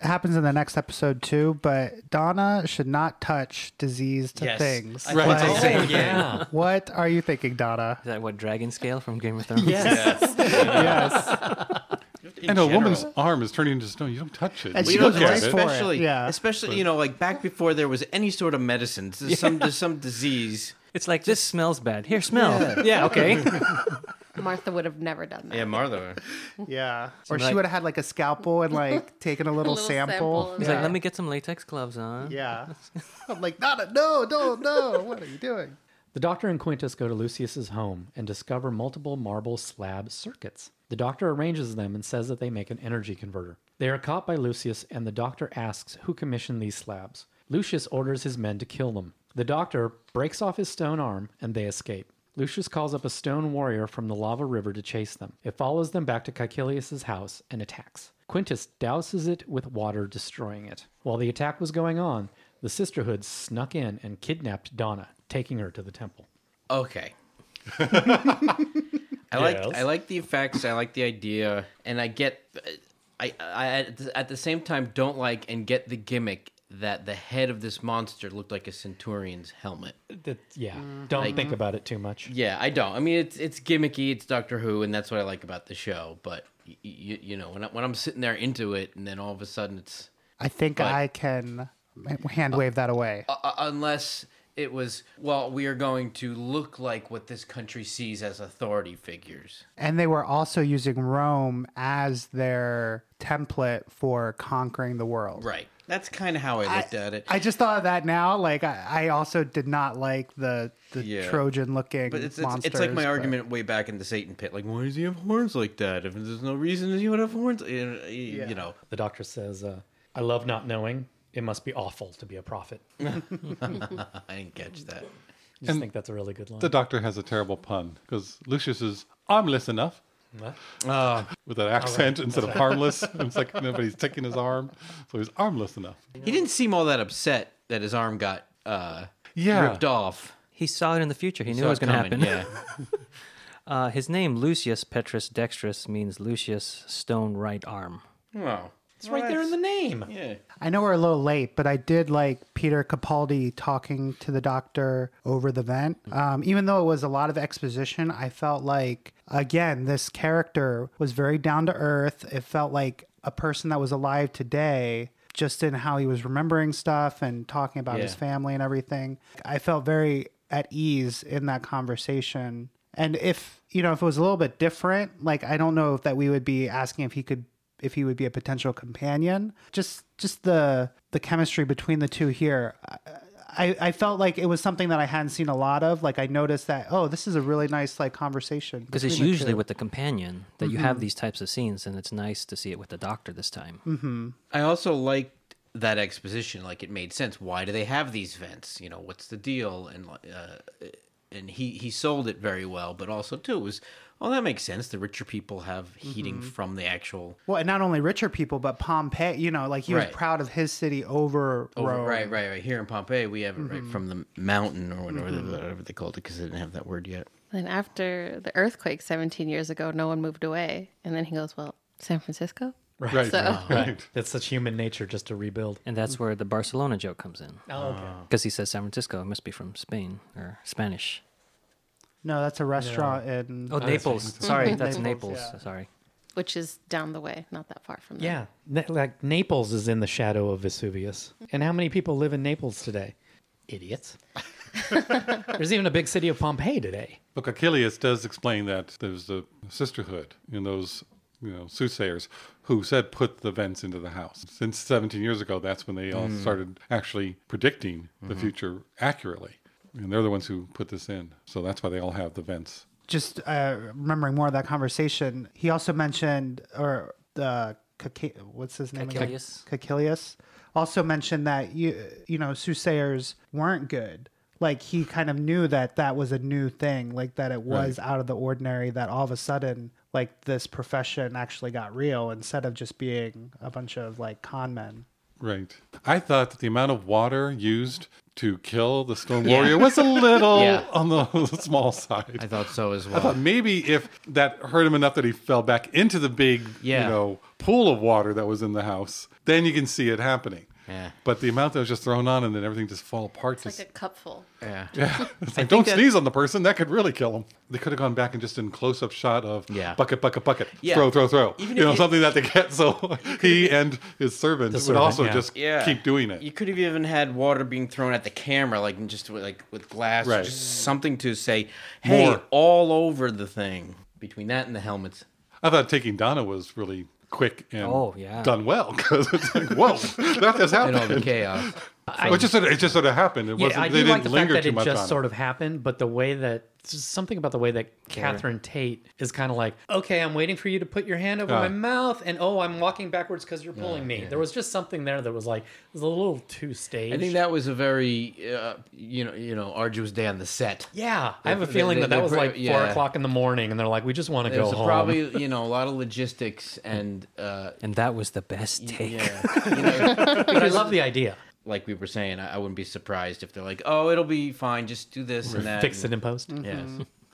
Speaker 5: happens in the next episode too, but Donna should not touch diseased
Speaker 3: Yes.
Speaker 5: things.
Speaker 3: I
Speaker 6: Right.
Speaker 3: thought the same thing.
Speaker 2: Yeah.
Speaker 5: What are you thinking, Donna?
Speaker 1: Is that what dragon scale from Game of Thrones?
Speaker 2: Yes.
Speaker 5: yes.
Speaker 3: In
Speaker 6: and a woman's
Speaker 3: general.
Speaker 6: arm is turning into stone. You don't touch it.
Speaker 5: And
Speaker 6: You
Speaker 5: she
Speaker 3: Well,
Speaker 6: look
Speaker 5: goes
Speaker 3: you know,
Speaker 6: at
Speaker 5: right
Speaker 6: it.
Speaker 5: for it,
Speaker 3: especially,
Speaker 5: yeah.
Speaker 3: especially you know, like back before there was any sort of medicines, there's some there's some disease.
Speaker 1: It's like this smells bad. Here, smell. Yeah, okay.
Speaker 4: Martha would have never done that.
Speaker 3: Yeah, Martha.
Speaker 5: Yeah. Or she
Speaker 1: like-
Speaker 5: would have had like a scalpel and like taken a little,
Speaker 4: little
Speaker 5: sample.
Speaker 4: sample of
Speaker 1: He's
Speaker 5: yeah.
Speaker 1: like, let me get some latex gloves on.
Speaker 5: yeah. I'm like, Donna, no, no, no. What are you doing?
Speaker 2: The doctor and Quintus go to Lucius's home and discover multiple marble slab circuits. The doctor arranges them and says that they make an energy converter. They are caught by Lucius, and the doctor asks who commissioned these slabs. Lucius orders his men to kill them. The doctor breaks off his stone arm, and they escape. Lucius calls up a stone warrior from the lava river to chase them. It follows them back to Caecilius's house and attacks. Quintus douses it with water, destroying it. While the attack was going on, the sisterhood snuck in and kidnapped Donna, taking her to the temple.
Speaker 3: Okay. I like
Speaker 2: Yes.
Speaker 3: I like the effects. I like the idea, and I get. I, I at the- at the same time don't like and get the gimmick that the head of this monster looked like a centurion's helmet.
Speaker 2: That, yeah, don't think about it too much.
Speaker 3: Yeah, I don't. I mean, it's it's gimmicky. It's Doctor Who, and that's what I like about the show. But y- y- you know, when I, when I'm sitting there into it, and then all of a sudden it's
Speaker 5: I think I can hand wave that away.
Speaker 3: uh, unless it was well, we are going to look like what this country sees as authority figures.
Speaker 5: And they were also using Rome as their template for conquering the world.
Speaker 3: Right. That's kind of how I looked at it.
Speaker 5: I just thought of that now. Like I, I also did not like the the
Speaker 3: Yeah.
Speaker 5: Trojan looking
Speaker 3: But it's, it's,
Speaker 5: monsters.
Speaker 3: it's like my
Speaker 5: but-
Speaker 3: argument way back in the Satan pit. Like, why does he have horns like that? If there's no reason he would have horns, you know, you know.
Speaker 2: The doctor says, uh, I love not knowing. It must be awful to be a prophet. I
Speaker 3: I didn't catch that.
Speaker 2: just think that's a really good line.
Speaker 6: The doctor has a terrible pun because Lucius is armless enough Ah.
Speaker 2: What?
Speaker 6: with an accent instead of harmless. And it's like nobody's taking his arm, so he's armless enough.
Speaker 3: He didn't seem all that upset that his arm got uh,
Speaker 6: Yeah.
Speaker 3: ripped off.
Speaker 1: He saw it in the future. He knew
Speaker 3: Saw
Speaker 1: it was going to
Speaker 3: coming,
Speaker 1: happen.
Speaker 3: Yeah.
Speaker 1: Uh, his name, Lucius Petrus Dextrus, means Lucius Stone Right Arm.
Speaker 3: Wow.
Speaker 2: It's right there in the name.
Speaker 3: Yeah.
Speaker 5: I know we're a little late, but I did like Peter Capaldi talking to the doctor over the vent. Um, even though it was a lot of exposition, I felt like again this character was very down to earth. It felt like a person that was alive today. Just in how he was remembering stuff and talking about his
Speaker 3: Yeah.
Speaker 5: family and everything. I felt very at ease in that conversation. And if, you know, if it was a little bit different, like I don't know if that we would be asking if he could if he would be a potential companion. Just just the the chemistry between the two here. I- I, I felt like it was something that I hadn't seen a lot of. Like I noticed that, oh, this is a really nice like conversation.
Speaker 1: Because it's
Speaker 5: between the
Speaker 1: usually
Speaker 5: two.
Speaker 1: with the companion that you have these types of scenes, and it's nice to see it with the doctor this time.
Speaker 3: I also liked that exposition. Like, it made sense. Why do they have these vents? You know, what's the deal? And uh, and he he sold it very well, but also too it was, well, that makes sense. The richer people have heating
Speaker 1: Mm-hmm.
Speaker 3: from the actual.
Speaker 5: Well, and not only richer people, but Pompeii, you know, like he was
Speaker 3: Right.
Speaker 5: proud of his city over
Speaker 3: Oh,
Speaker 5: Rome.
Speaker 3: right, right, right. Here in Pompeii, we have it right from the mountain or whatever, whatever they called it because they didn't have that word yet.
Speaker 4: Then after the earthquake 17 years ago, no one moved away. And then he goes, Well, San Francisco?
Speaker 2: Right.
Speaker 6: Right,
Speaker 4: So-
Speaker 6: right, right.
Speaker 2: That's such human nature just to rebuild.
Speaker 1: And that's where the Barcelona joke comes in.
Speaker 2: Oh, okay.
Speaker 1: Because he says San Francisco, it must be from Spain or Spanish.
Speaker 5: No, that's a restaurant in
Speaker 1: Oh, Naples. Sorry, that's Naples.
Speaker 5: Naples, yeah.
Speaker 1: Sorry.
Speaker 4: Which is down the way, not that far from there.
Speaker 2: Yeah. Na- like Naples is in the shadow of Vesuvius. And how many people live in Naples today? Idiots. There's even a big city of Pompeii today.
Speaker 6: Look, Achilles does explain that there's the sisterhood in those, you know, soothsayers who said put the vents into the house. Since 17 years ago, that's when they all
Speaker 2: Mm.
Speaker 6: started actually predicting
Speaker 2: Mm-hmm.
Speaker 6: the future accurately. And they're the ones who put this in. So that's why they all have the vents.
Speaker 5: just uh, remembering more of that conversation, he also mentioned, or the Caca- what's his name? again?
Speaker 1: Caecilius.
Speaker 5: Caecilius also mentioned that you you know soothsayers weren't good. Like he kind of knew that that was a new thing, like that it was out of the ordinary. That all of a sudden, like this profession actually got real instead of just being a bunch of like con men.
Speaker 6: Right. I thought that the amount of water used to kill the Storm Warrior was a little
Speaker 3: Yeah.
Speaker 6: on the small side.
Speaker 3: I thought so as
Speaker 6: I thought
Speaker 3: well.
Speaker 6: maybe if that hurt him enough that he fell back into the big,
Speaker 3: Yeah.
Speaker 6: you know, pool of water that was in the house, then you can see it happening.
Speaker 3: Yeah.
Speaker 6: But the amount that was just thrown on and then everything just fall apart.
Speaker 4: It's
Speaker 6: just-
Speaker 4: like a cupful.
Speaker 3: Yeah.
Speaker 6: it's like, don't
Speaker 3: that-
Speaker 6: sneeze on the person. That could really kill him. They could have gone back and just in close up shot of
Speaker 3: Yeah.
Speaker 6: bucket, bucket, bucket,
Speaker 3: Yeah.
Speaker 6: throw, throw, throw.
Speaker 3: Even
Speaker 6: you
Speaker 3: if
Speaker 6: know,
Speaker 3: you-
Speaker 6: something that they get. So he and his servant would
Speaker 2: servant,
Speaker 6: also
Speaker 2: yeah.
Speaker 6: just
Speaker 3: Yeah.
Speaker 6: keep doing it.
Speaker 3: You could have even had water being thrown at the camera, like and just with- like with glass, or
Speaker 6: Right.
Speaker 3: just something to say, "Hey,
Speaker 6: More.
Speaker 3: all over the thing." Between that and the helmets,
Speaker 6: I thought taking Donna was really quick and
Speaker 1: Oh, yeah.
Speaker 6: done well because it's like, whoa, that just
Speaker 3: and all the
Speaker 6: happened.
Speaker 3: chaos.
Speaker 6: it, just sort of, it just sort of happened. It
Speaker 2: Yeah,
Speaker 6: wasn't,
Speaker 2: I
Speaker 6: they
Speaker 2: do
Speaker 6: didn't
Speaker 2: like the fact
Speaker 6: linger
Speaker 2: that
Speaker 6: too
Speaker 2: it
Speaker 6: much
Speaker 2: just
Speaker 6: on
Speaker 2: sort
Speaker 6: it.
Speaker 2: of happened, but the way that just something about the way that Catherine Tate is kind of like, okay, I'm waiting for you to put your hand over
Speaker 6: Ah.
Speaker 2: my mouth, and oh, I'm walking backwards because you're pulling me. There was just something there that was like, it was a little too staged.
Speaker 3: I think that was a very, uh, you know, you know, arduous day on the set.
Speaker 2: yeah, I have a
Speaker 3: They-
Speaker 2: feeling
Speaker 3: they-
Speaker 2: that that
Speaker 3: they
Speaker 2: was
Speaker 3: pro-
Speaker 2: like four
Speaker 3: yeah.
Speaker 2: o'clock in the morning, and they're like, we just want to
Speaker 3: There
Speaker 2: go
Speaker 3: was
Speaker 2: home.
Speaker 3: probably, you know, a lot of logistics and, uh,
Speaker 1: And that was the best take.
Speaker 3: yeah, you know,
Speaker 2: but I love the idea.
Speaker 3: like we were saying, I, I wouldn't be surprised if they're like, "Oh, it'll be fine. Just do this and that."
Speaker 2: Fix it in post.
Speaker 3: Yes.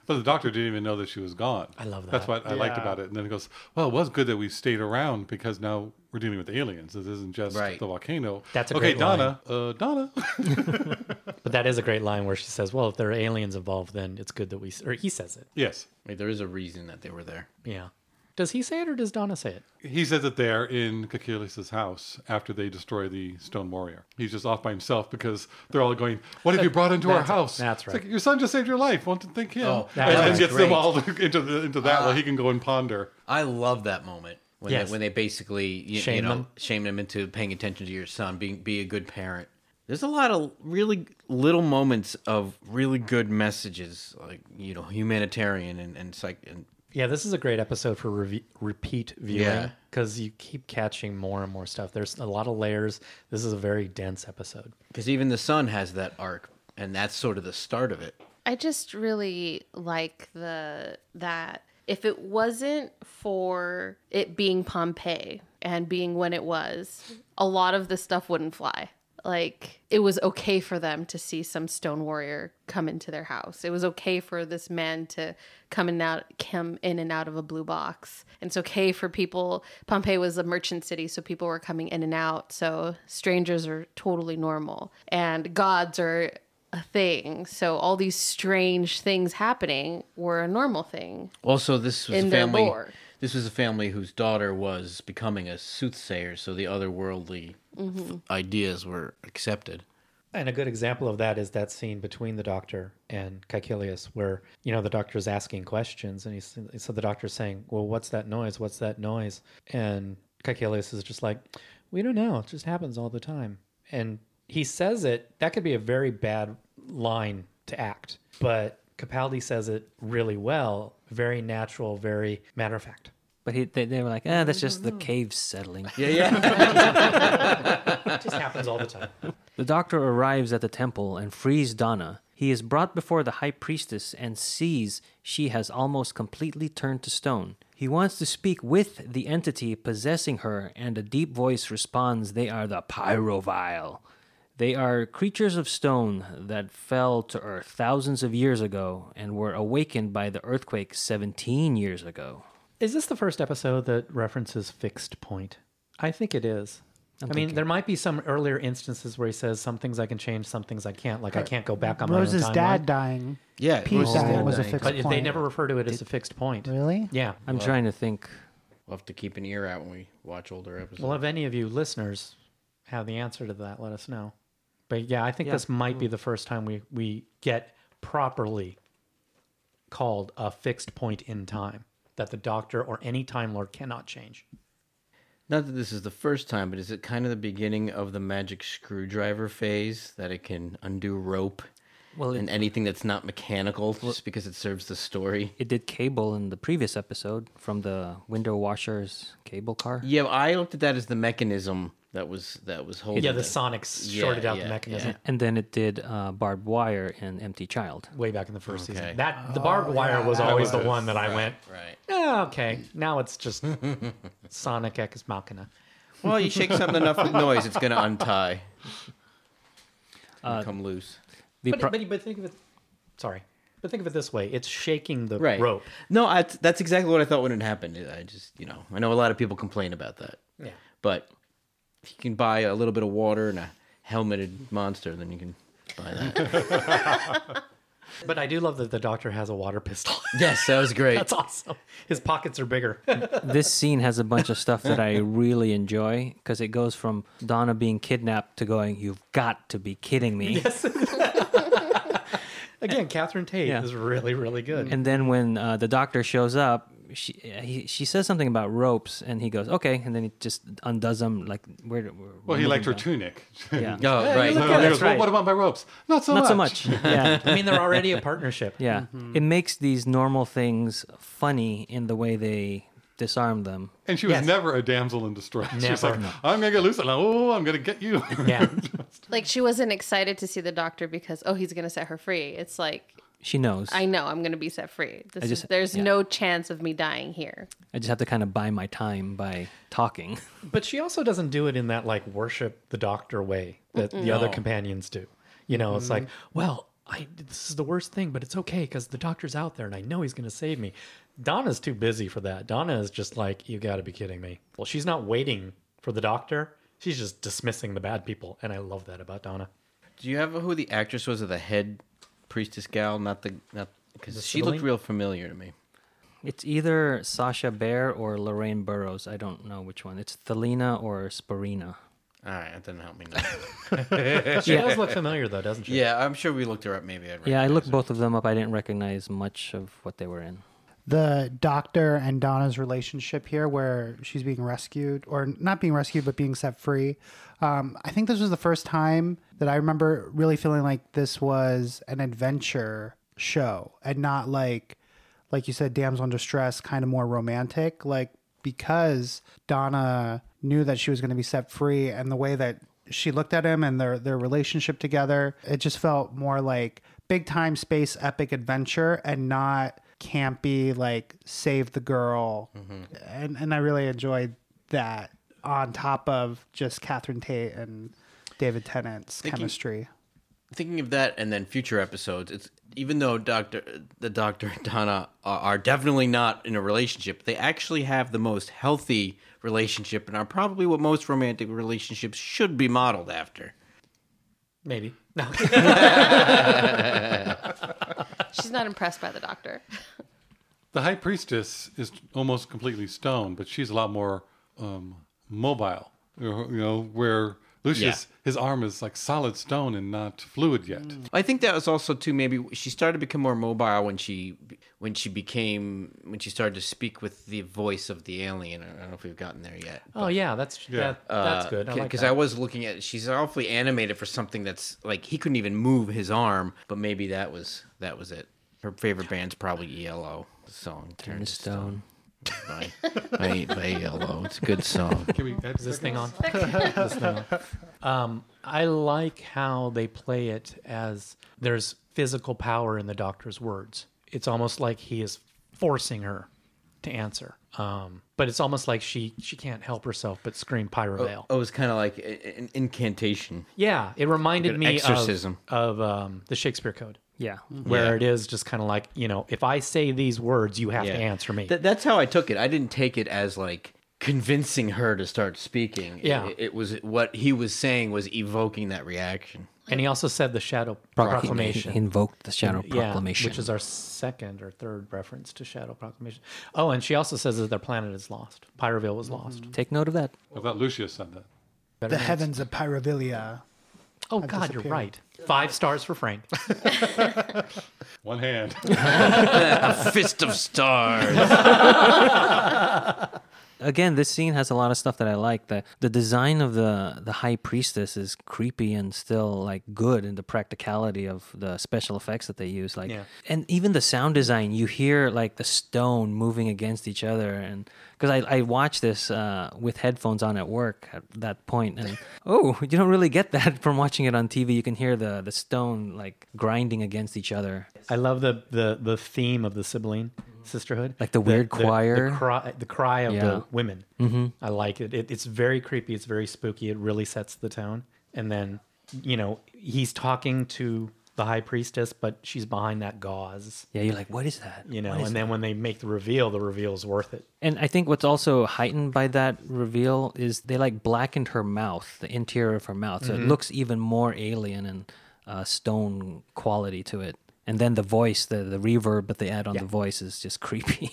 Speaker 6: But the doctor didn't even know that she was gone. I
Speaker 2: love
Speaker 6: That's
Speaker 2: that.
Speaker 6: what I liked
Speaker 5: Yeah.
Speaker 6: about it. And then it goes, well, it was good that we stayed around because now we're dealing with aliens. This isn't just
Speaker 3: Right.
Speaker 6: the volcano.
Speaker 2: That's a
Speaker 6: okay,
Speaker 2: great
Speaker 6: Donna. Uh, Donna.
Speaker 2: But that is a great line where she says, well, if there are aliens involved, then it's good that we, s- or he says it.
Speaker 6: yes,
Speaker 3: Like, there is a reason that they were there.
Speaker 2: Yeah. Does he say it or does Donna say it?
Speaker 6: he says it there in Kakilis' house after they destroy the Stone Warrior. He's just off by himself because they're all going, "What have you brought into our
Speaker 2: That's-
Speaker 6: house?"
Speaker 2: that's
Speaker 6: It's
Speaker 2: right.
Speaker 6: like, your son just saved your life. Want to thank him?
Speaker 3: Oh,
Speaker 2: that
Speaker 6: and then
Speaker 2: was
Speaker 6: gets
Speaker 3: great.
Speaker 6: them all into the, into that while he can go and ponder.
Speaker 3: I love that moment when
Speaker 2: Yes.
Speaker 3: they, when they basically you, you
Speaker 2: Shame
Speaker 3: know
Speaker 2: them.
Speaker 3: shame them into paying attention to your son, being be a good parent. There's a lot of really little moments of really good messages, like you know, humanitarian and and psych. And
Speaker 2: Yeah, this is a great episode for rev- repeat viewing
Speaker 3: Yeah.
Speaker 2: because you keep catching more and more stuff. There's a lot of layers. This is a very dense episode.
Speaker 3: because even the son has that arc, and that's sort of the start of it.
Speaker 4: I just really like the that if it wasn't for it being Pompeii and being when it was, a lot of this stuff wouldn't fly. Like it was okay for them to see some stone warrior come into their house. It was okay for this man to come in out come in and out of a blue box. And it's okay for people Pompeii was a merchant city, so people were coming in and out. So strangers are totally normal. And gods are a thing. So all these strange things happening were a normal thing.
Speaker 3: Also, this was
Speaker 4: In
Speaker 3: a
Speaker 4: their
Speaker 3: family.
Speaker 4: lore.
Speaker 3: This was a family whose daughter was becoming a soothsayer, so the otherworldly
Speaker 4: Mm-hmm.
Speaker 3: ideas were accepted.
Speaker 2: And a good example of that is that scene between the doctor and Caecilius, where you know the doctor's asking questions, and he's so the doctor's saying, "Well, what's that noise? What's that noise?" And Caecilius is just like, "We don't know. It just happens all the time." And he says it. That could be a very bad line to act, but Capaldi says it really well, very natural, very matter of fact.
Speaker 1: But he, they, they were like, ah, that's just the caves settling.
Speaker 3: Yeah, yeah.
Speaker 2: It just happens all the time.
Speaker 1: The doctor arrives at the temple and frees Donna. He is brought before the high priestess and sees she has almost completely turned to stone. He wants to speak with the entity possessing her, and a deep voice responds they are the Pyrovile. They are creatures of stone that fell to earth thousands of years ago and were awakened by the earthquake 17 years ago.
Speaker 2: Is this the first episode that references fixed point? I think it is. i mean, there might be some earlier instances where he says some things I can change, some things I can't. Like I can't go back on
Speaker 5: Rose's
Speaker 2: my own timeline.
Speaker 5: dad dying.
Speaker 3: Yeah,
Speaker 5: Pete's
Speaker 3: Rose's
Speaker 5: dad
Speaker 3: dad
Speaker 5: was a
Speaker 3: dying.
Speaker 5: fixed
Speaker 2: but if they
Speaker 5: point.
Speaker 2: never refer to it as a fixed point.
Speaker 5: Really?
Speaker 2: Yeah.
Speaker 1: I'm trying to think.
Speaker 3: We'll have to keep an ear out when we watch older episodes.
Speaker 2: Well, if any of you listeners have the answer to that, let us know. But yeah, I think
Speaker 1: Yeah.
Speaker 2: this might
Speaker 5: Hmm.
Speaker 2: be the first time we we get properly called a fixed point in time that the Doctor or any Time Lord cannot change.
Speaker 3: Not that this is the first time, but is it kind of the beginning of the magic screwdriver phase that it can undo rope
Speaker 1: Well,
Speaker 3: and
Speaker 1: it,
Speaker 3: anything that's not mechanical just because it serves the story?
Speaker 1: it did cable in the previous episode from the window washer's cable car.
Speaker 3: Yeah, I looked at that as the mechanism That was that was holding.
Speaker 2: Yeah, the
Speaker 3: them.
Speaker 2: Sonics
Speaker 3: Yeah,
Speaker 2: shorted out
Speaker 3: yeah,
Speaker 2: the mechanism
Speaker 3: yeah.
Speaker 1: And then it did uh, Barbed Wire and Empty Child.
Speaker 2: way back in the first
Speaker 3: Okay.
Speaker 2: season. That the barbed wire was always the
Speaker 6: was it.
Speaker 2: one that I went.
Speaker 3: Right.
Speaker 2: "Ah, okay, now it's just Sonic Ex Machina.
Speaker 3: Well, you shake something enough with noise, it's gonna untie. and come loose.
Speaker 1: The
Speaker 2: But,
Speaker 1: pro-
Speaker 2: but but think of it. Sorry, but think of it this way: it's shaking the
Speaker 3: Right.
Speaker 2: rope.
Speaker 3: No, I, that's exactly what I thought when it happened. I just, you know, I know a lot of people complain about that.
Speaker 2: Yeah.
Speaker 3: But if you can buy a little bit of water and a helmeted monster, then you can buy that.
Speaker 2: But I do love that the doctor has a water pistol.
Speaker 3: yes, that was great.
Speaker 2: That's awesome. His pockets are bigger.
Speaker 1: this scene has a bunch of stuff that I really enjoy because it goes from Donna being kidnapped to going, "You've got to be kidding me!"
Speaker 2: Again, Catherine Tate
Speaker 1: Yeah.
Speaker 2: is really really good.
Speaker 1: And then when uh, the doctor shows up, she he, she says something about ropes, and he goes, "Okay," and then he just undoes them. Like where? where
Speaker 6: Well, he liked her
Speaker 1: too.
Speaker 6: tunic.
Speaker 1: Mm-hmm. Yeah.
Speaker 3: Oh, right.
Speaker 6: So he
Speaker 1: that's
Speaker 6: goes, well,
Speaker 1: right.
Speaker 6: what about my ropes? Not so
Speaker 1: Not
Speaker 6: much.
Speaker 1: so much. Yeah.
Speaker 2: I mean, they're already a partnership.
Speaker 1: Yeah.
Speaker 2: Mm-hmm.
Speaker 1: It makes these normal things funny in the way they disarm them.
Speaker 6: And she was
Speaker 2: Yes.
Speaker 6: never a damsel in distress. She was
Speaker 2: Never.
Speaker 6: like, I'm going to get loose. And oh, I'm going to get you.
Speaker 2: Yeah.
Speaker 4: Like she wasn't excited to see the doctor because oh he's gonna set her free. It's like
Speaker 1: She knows.
Speaker 4: I
Speaker 1: I,
Speaker 4: know I'm gonna be set free. This
Speaker 1: just-
Speaker 4: is, there's
Speaker 1: yeah.
Speaker 4: no chance of me dying here.
Speaker 1: just have to kind of buy my time by talking.
Speaker 2: But she also doesn't do it in that like worship the doctor way that the other companions do. You know, it's like,
Speaker 3: Mm-hmm.
Speaker 2: well, I this is the worst thing, but it's okay because the doctor's out there and I know he's going to save me. Donna's too busy for that. Donna is just like, you got to be kidding me. Well, she's not waiting for the doctor. She's just dismissing the bad people, and I love that about Donna.
Speaker 3: Do you have who the actress was of the head priestess gal? Not the not because she looked
Speaker 2: sibling?
Speaker 3: real familiar to me.
Speaker 1: It's either Sasha Bear or Lorraine Burrows. I don't know which one. It's Thelina or Sparina.
Speaker 3: All right, that didn't help me. none.
Speaker 2: She does look familiar though, doesn't she?
Speaker 3: yeah, I'm sure we looked her up. Maybe I'd
Speaker 1: Yeah, I
Speaker 3: recognize
Speaker 1: looked
Speaker 3: her.
Speaker 1: both of them up. I didn't recognize much of what they were in.
Speaker 5: the doctor and Donna's relationship here, where she's being rescued or not being rescued, but being set free. Um, I think this was the first time that I remember really feeling like this was an adventure show and not like, like you said, damsel in distress, kind of more romantic. Like because Donna knew that she was going to be set free, and the way that she looked at him and their their relationship together, it just felt more like big time space epic adventure and not campy like save the girl
Speaker 2: Mm-hmm.
Speaker 5: and and I really enjoyed that on top of just Catherine Tate and David Tennant's chemistry.
Speaker 3: thinking of that and then future episodes it's even though doctor the doctor and donna are, are definitely not in a relationship they actually have the most healthy relationship and are probably what most romantic relationships should be modeled after
Speaker 2: Maybe. No.
Speaker 4: She's not impressed by the doctor.
Speaker 6: The high priestess is almost completely stoned, but she's a lot more um, mobile. You know, where Lucius, his arm is like solid stone and not fluid yet.
Speaker 2: Mm.
Speaker 3: i think that was also too maybe she started to become more mobile when she when she became when she started to speak with the voice of the alien i don't know if we've gotten there yet
Speaker 2: oh yeah, that's That, that's good. I like
Speaker 3: because
Speaker 2: that.
Speaker 3: Uh, I was looking at she's awfully animated for something that's like he couldn't even move his arm, but maybe that was that was it. Her favorite band's probably ELO the song "Turn to
Speaker 1: Stone.
Speaker 3: by, by, by ELO. E It's a good song.
Speaker 6: Can we add
Speaker 2: Is this thing on? This thing on. Um, I like how they play it as there's physical power in the doctor's words. It's almost like he is forcing her to answer. Um, but it's almost like she she can't help herself but scream pyrovale.
Speaker 3: Oh, it's kind of like a- an incantation.
Speaker 2: Yeah, it reminded
Speaker 3: Like an
Speaker 2: me
Speaker 3: exorcism.
Speaker 2: of, of um, the Shakespeare Code,
Speaker 1: Yeah.
Speaker 2: where
Speaker 3: Yeah.
Speaker 2: it is just kind of like you know, if I say these words, you have
Speaker 3: Yeah.
Speaker 2: to answer me.
Speaker 3: That, that's how I took it. I didn't take it as like convincing her to start speaking. It-
Speaker 2: Yeah.
Speaker 3: it, was what he was saying was evoking that reaction.
Speaker 2: and he also said the shadow
Speaker 1: Proclamation.
Speaker 2: proclamation.
Speaker 1: He invoked the Shadow Proclamation.
Speaker 2: Yeah, which is our second or third reference to Shadow Proclamation. Oh, and she also says that their planet is lost. Pyroville was lost.
Speaker 1: Take note of that.
Speaker 6: I thought Lucius said that.
Speaker 2: Better
Speaker 5: The
Speaker 2: than-
Speaker 5: heavens of Pyrovilia.
Speaker 2: Oh, God, you're
Speaker 5: disappeared.
Speaker 2: right. Five stars for Frank.
Speaker 6: One hand.
Speaker 3: A fist of stars.
Speaker 1: Again, this scene has a lot of stuff that I like. The the design of the the high priestess is creepy and still like good in the practicality of the special effects that they use. Like,
Speaker 2: Yeah.
Speaker 1: and even the sound design, you hear like the stone moving against each other, and because I I watched this uh, with headphones on at work at that point, and oh, you don't really get that from watching it on TV. You can hear the the stone like grinding against each other.
Speaker 2: I love the the the theme of the sibling sisterhood,
Speaker 1: Like the weird choir.
Speaker 2: the cry, the cry of
Speaker 1: Yeah. Mm-hmm.
Speaker 2: the women. I like it. it. It's very creepy. It's very spooky. It really sets the tone. And then you know he's talking to the high priestess, but she's behind that gauze.
Speaker 1: Yeah, you're like, what is that?
Speaker 2: You know,
Speaker 1: What is
Speaker 2: and then when they make the reveal, the reveal's worth it.
Speaker 1: And I think what's also heightened by that reveal is they like blackened her mouth, the interior of her mouth, so it looks even more alien and uh, stone quality to it. And then the voice, the the reverb that they add on the voice is just creepy.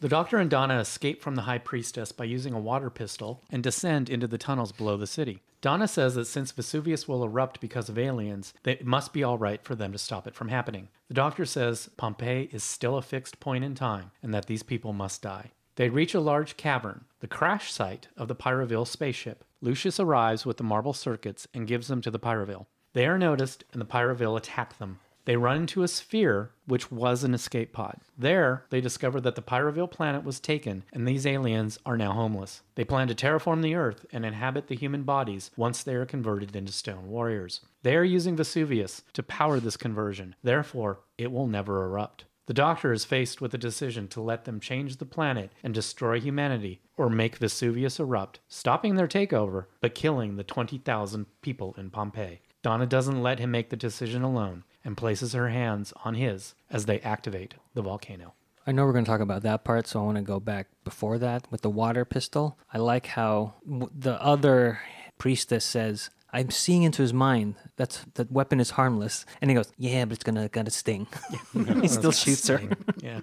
Speaker 2: The doctor and Donna escape from the high priestess by using a water pistol and descend into the tunnels below the city. Donna says that since Vesuvius will erupt because of aliens, that it must be all right for them to stop it from happening. The doctor says Pompeii is still a fixed point in time and that these people must die. They reach a large cavern, the crash site of the Pyroville spaceship. Lucius arrives with the marble circuits and gives them to the Pyroville. They are noticed, and the Pyroville attack them. They run into a sphere, which was an escape pod. There, they discover that the Pyroville planet was taken, and these aliens are now homeless. They plan to terraform the Earth and inhabit the human bodies once they are converted into stone warriors. They are using Vesuvius to power this conversion, therefore, it will never erupt. The Doctor is faced with a decision to let them change the planet and destroy humanity, or make Vesuvius erupt, stopping their takeover but killing the 20,000 people in Pompeii. Donna doesn't let him make the decision alone and places her hands on his as they activate the volcano.
Speaker 1: I know we're going to talk about that part, so I want to go back before that with the water pistol. I like how w- the other priestess says, "I'm seeing into his mind. That's that weapon is harmless," and he goes, "Yeah, but it's gonna gonna sting." he still shoots her.
Speaker 2: Yeah.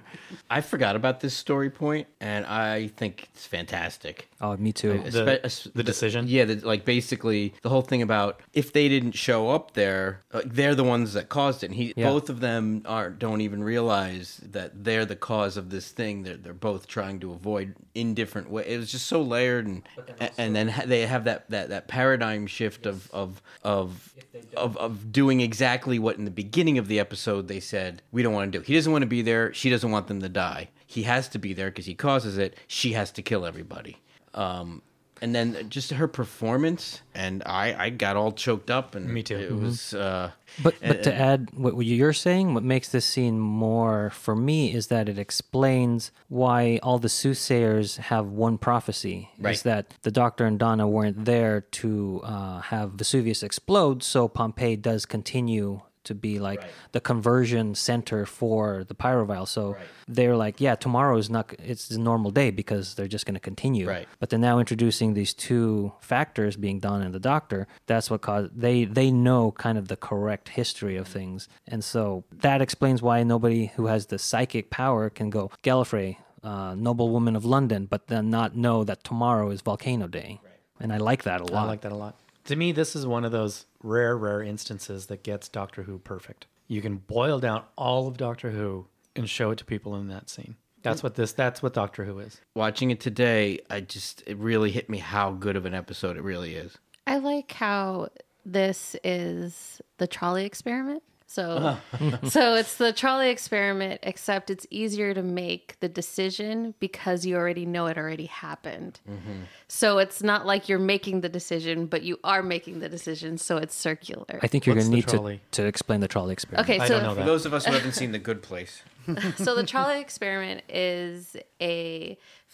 Speaker 3: I forgot about this story point, and I think it's fantastic.
Speaker 1: Oh, me too.
Speaker 3: Espe- es-
Speaker 2: the decision?
Speaker 3: yeah, the, like basically the whole thing about if they didn't show up there, like they're the ones that caused it. And he,
Speaker 1: Yeah.
Speaker 3: both of them are don't even realize that they're the cause of this thing. They're they're both trying to avoid in different ways. It was just so layered, and and then ha- they have that that that paradigm shift of of of. Of, of doing exactly what in the beginning of the episode they said we don't want to do. He doesn't want to be there. She doesn't want them to die. He has to be there because he causes it. She has to kill everybody um and then just her performance and i i got all choked up and
Speaker 2: Me too. Mm-hmm.
Speaker 3: it was uh
Speaker 1: But but to add what you're saying, what makes this scene more for me is that it explains why all the soothsayers have one prophecy:
Speaker 3: Right.
Speaker 1: is that the Doctor and Donna weren't there to uh, have Vesuvius explode, so Pompeii does continue to be like the conversion center for the pyrovile. So they're like, yeah, tomorrow is not it's a normal day because they're just going to continue.
Speaker 3: Right.
Speaker 1: But they're now introducing these two factors, being Donna and the Doctor. That's what caused they they know kind of the correct history of things, and so that explains why nobody who has the psychic power can go Gallifrey, uh, noble woman of London, but then not know that tomorrow is Volcano Day. And I like that a lot.
Speaker 2: I like that a lot. To me, this is one of those rare, rare instances that gets Doctor Who perfect. You can boil down all of Doctor Who and show it to people in that scene. That's what this. That's what Doctor Who is.
Speaker 3: watching it today i just it really hit me how good of an episode it really is
Speaker 4: I like how this is the trolley experiment. So, so it's the trolley experiment, except it's easier to make the decision because you already know it already happened. So it's not like you're making the decision, but you are making the decision. So it's circular.
Speaker 1: I think you're
Speaker 2: What's
Speaker 1: going to
Speaker 2: the
Speaker 1: need to
Speaker 2: trolley?
Speaker 1: to explain the trolley experience.
Speaker 4: okay,
Speaker 2: I
Speaker 4: so
Speaker 2: don't know that.
Speaker 3: those of us who haven't seen the good place
Speaker 4: so the trolley experiment is a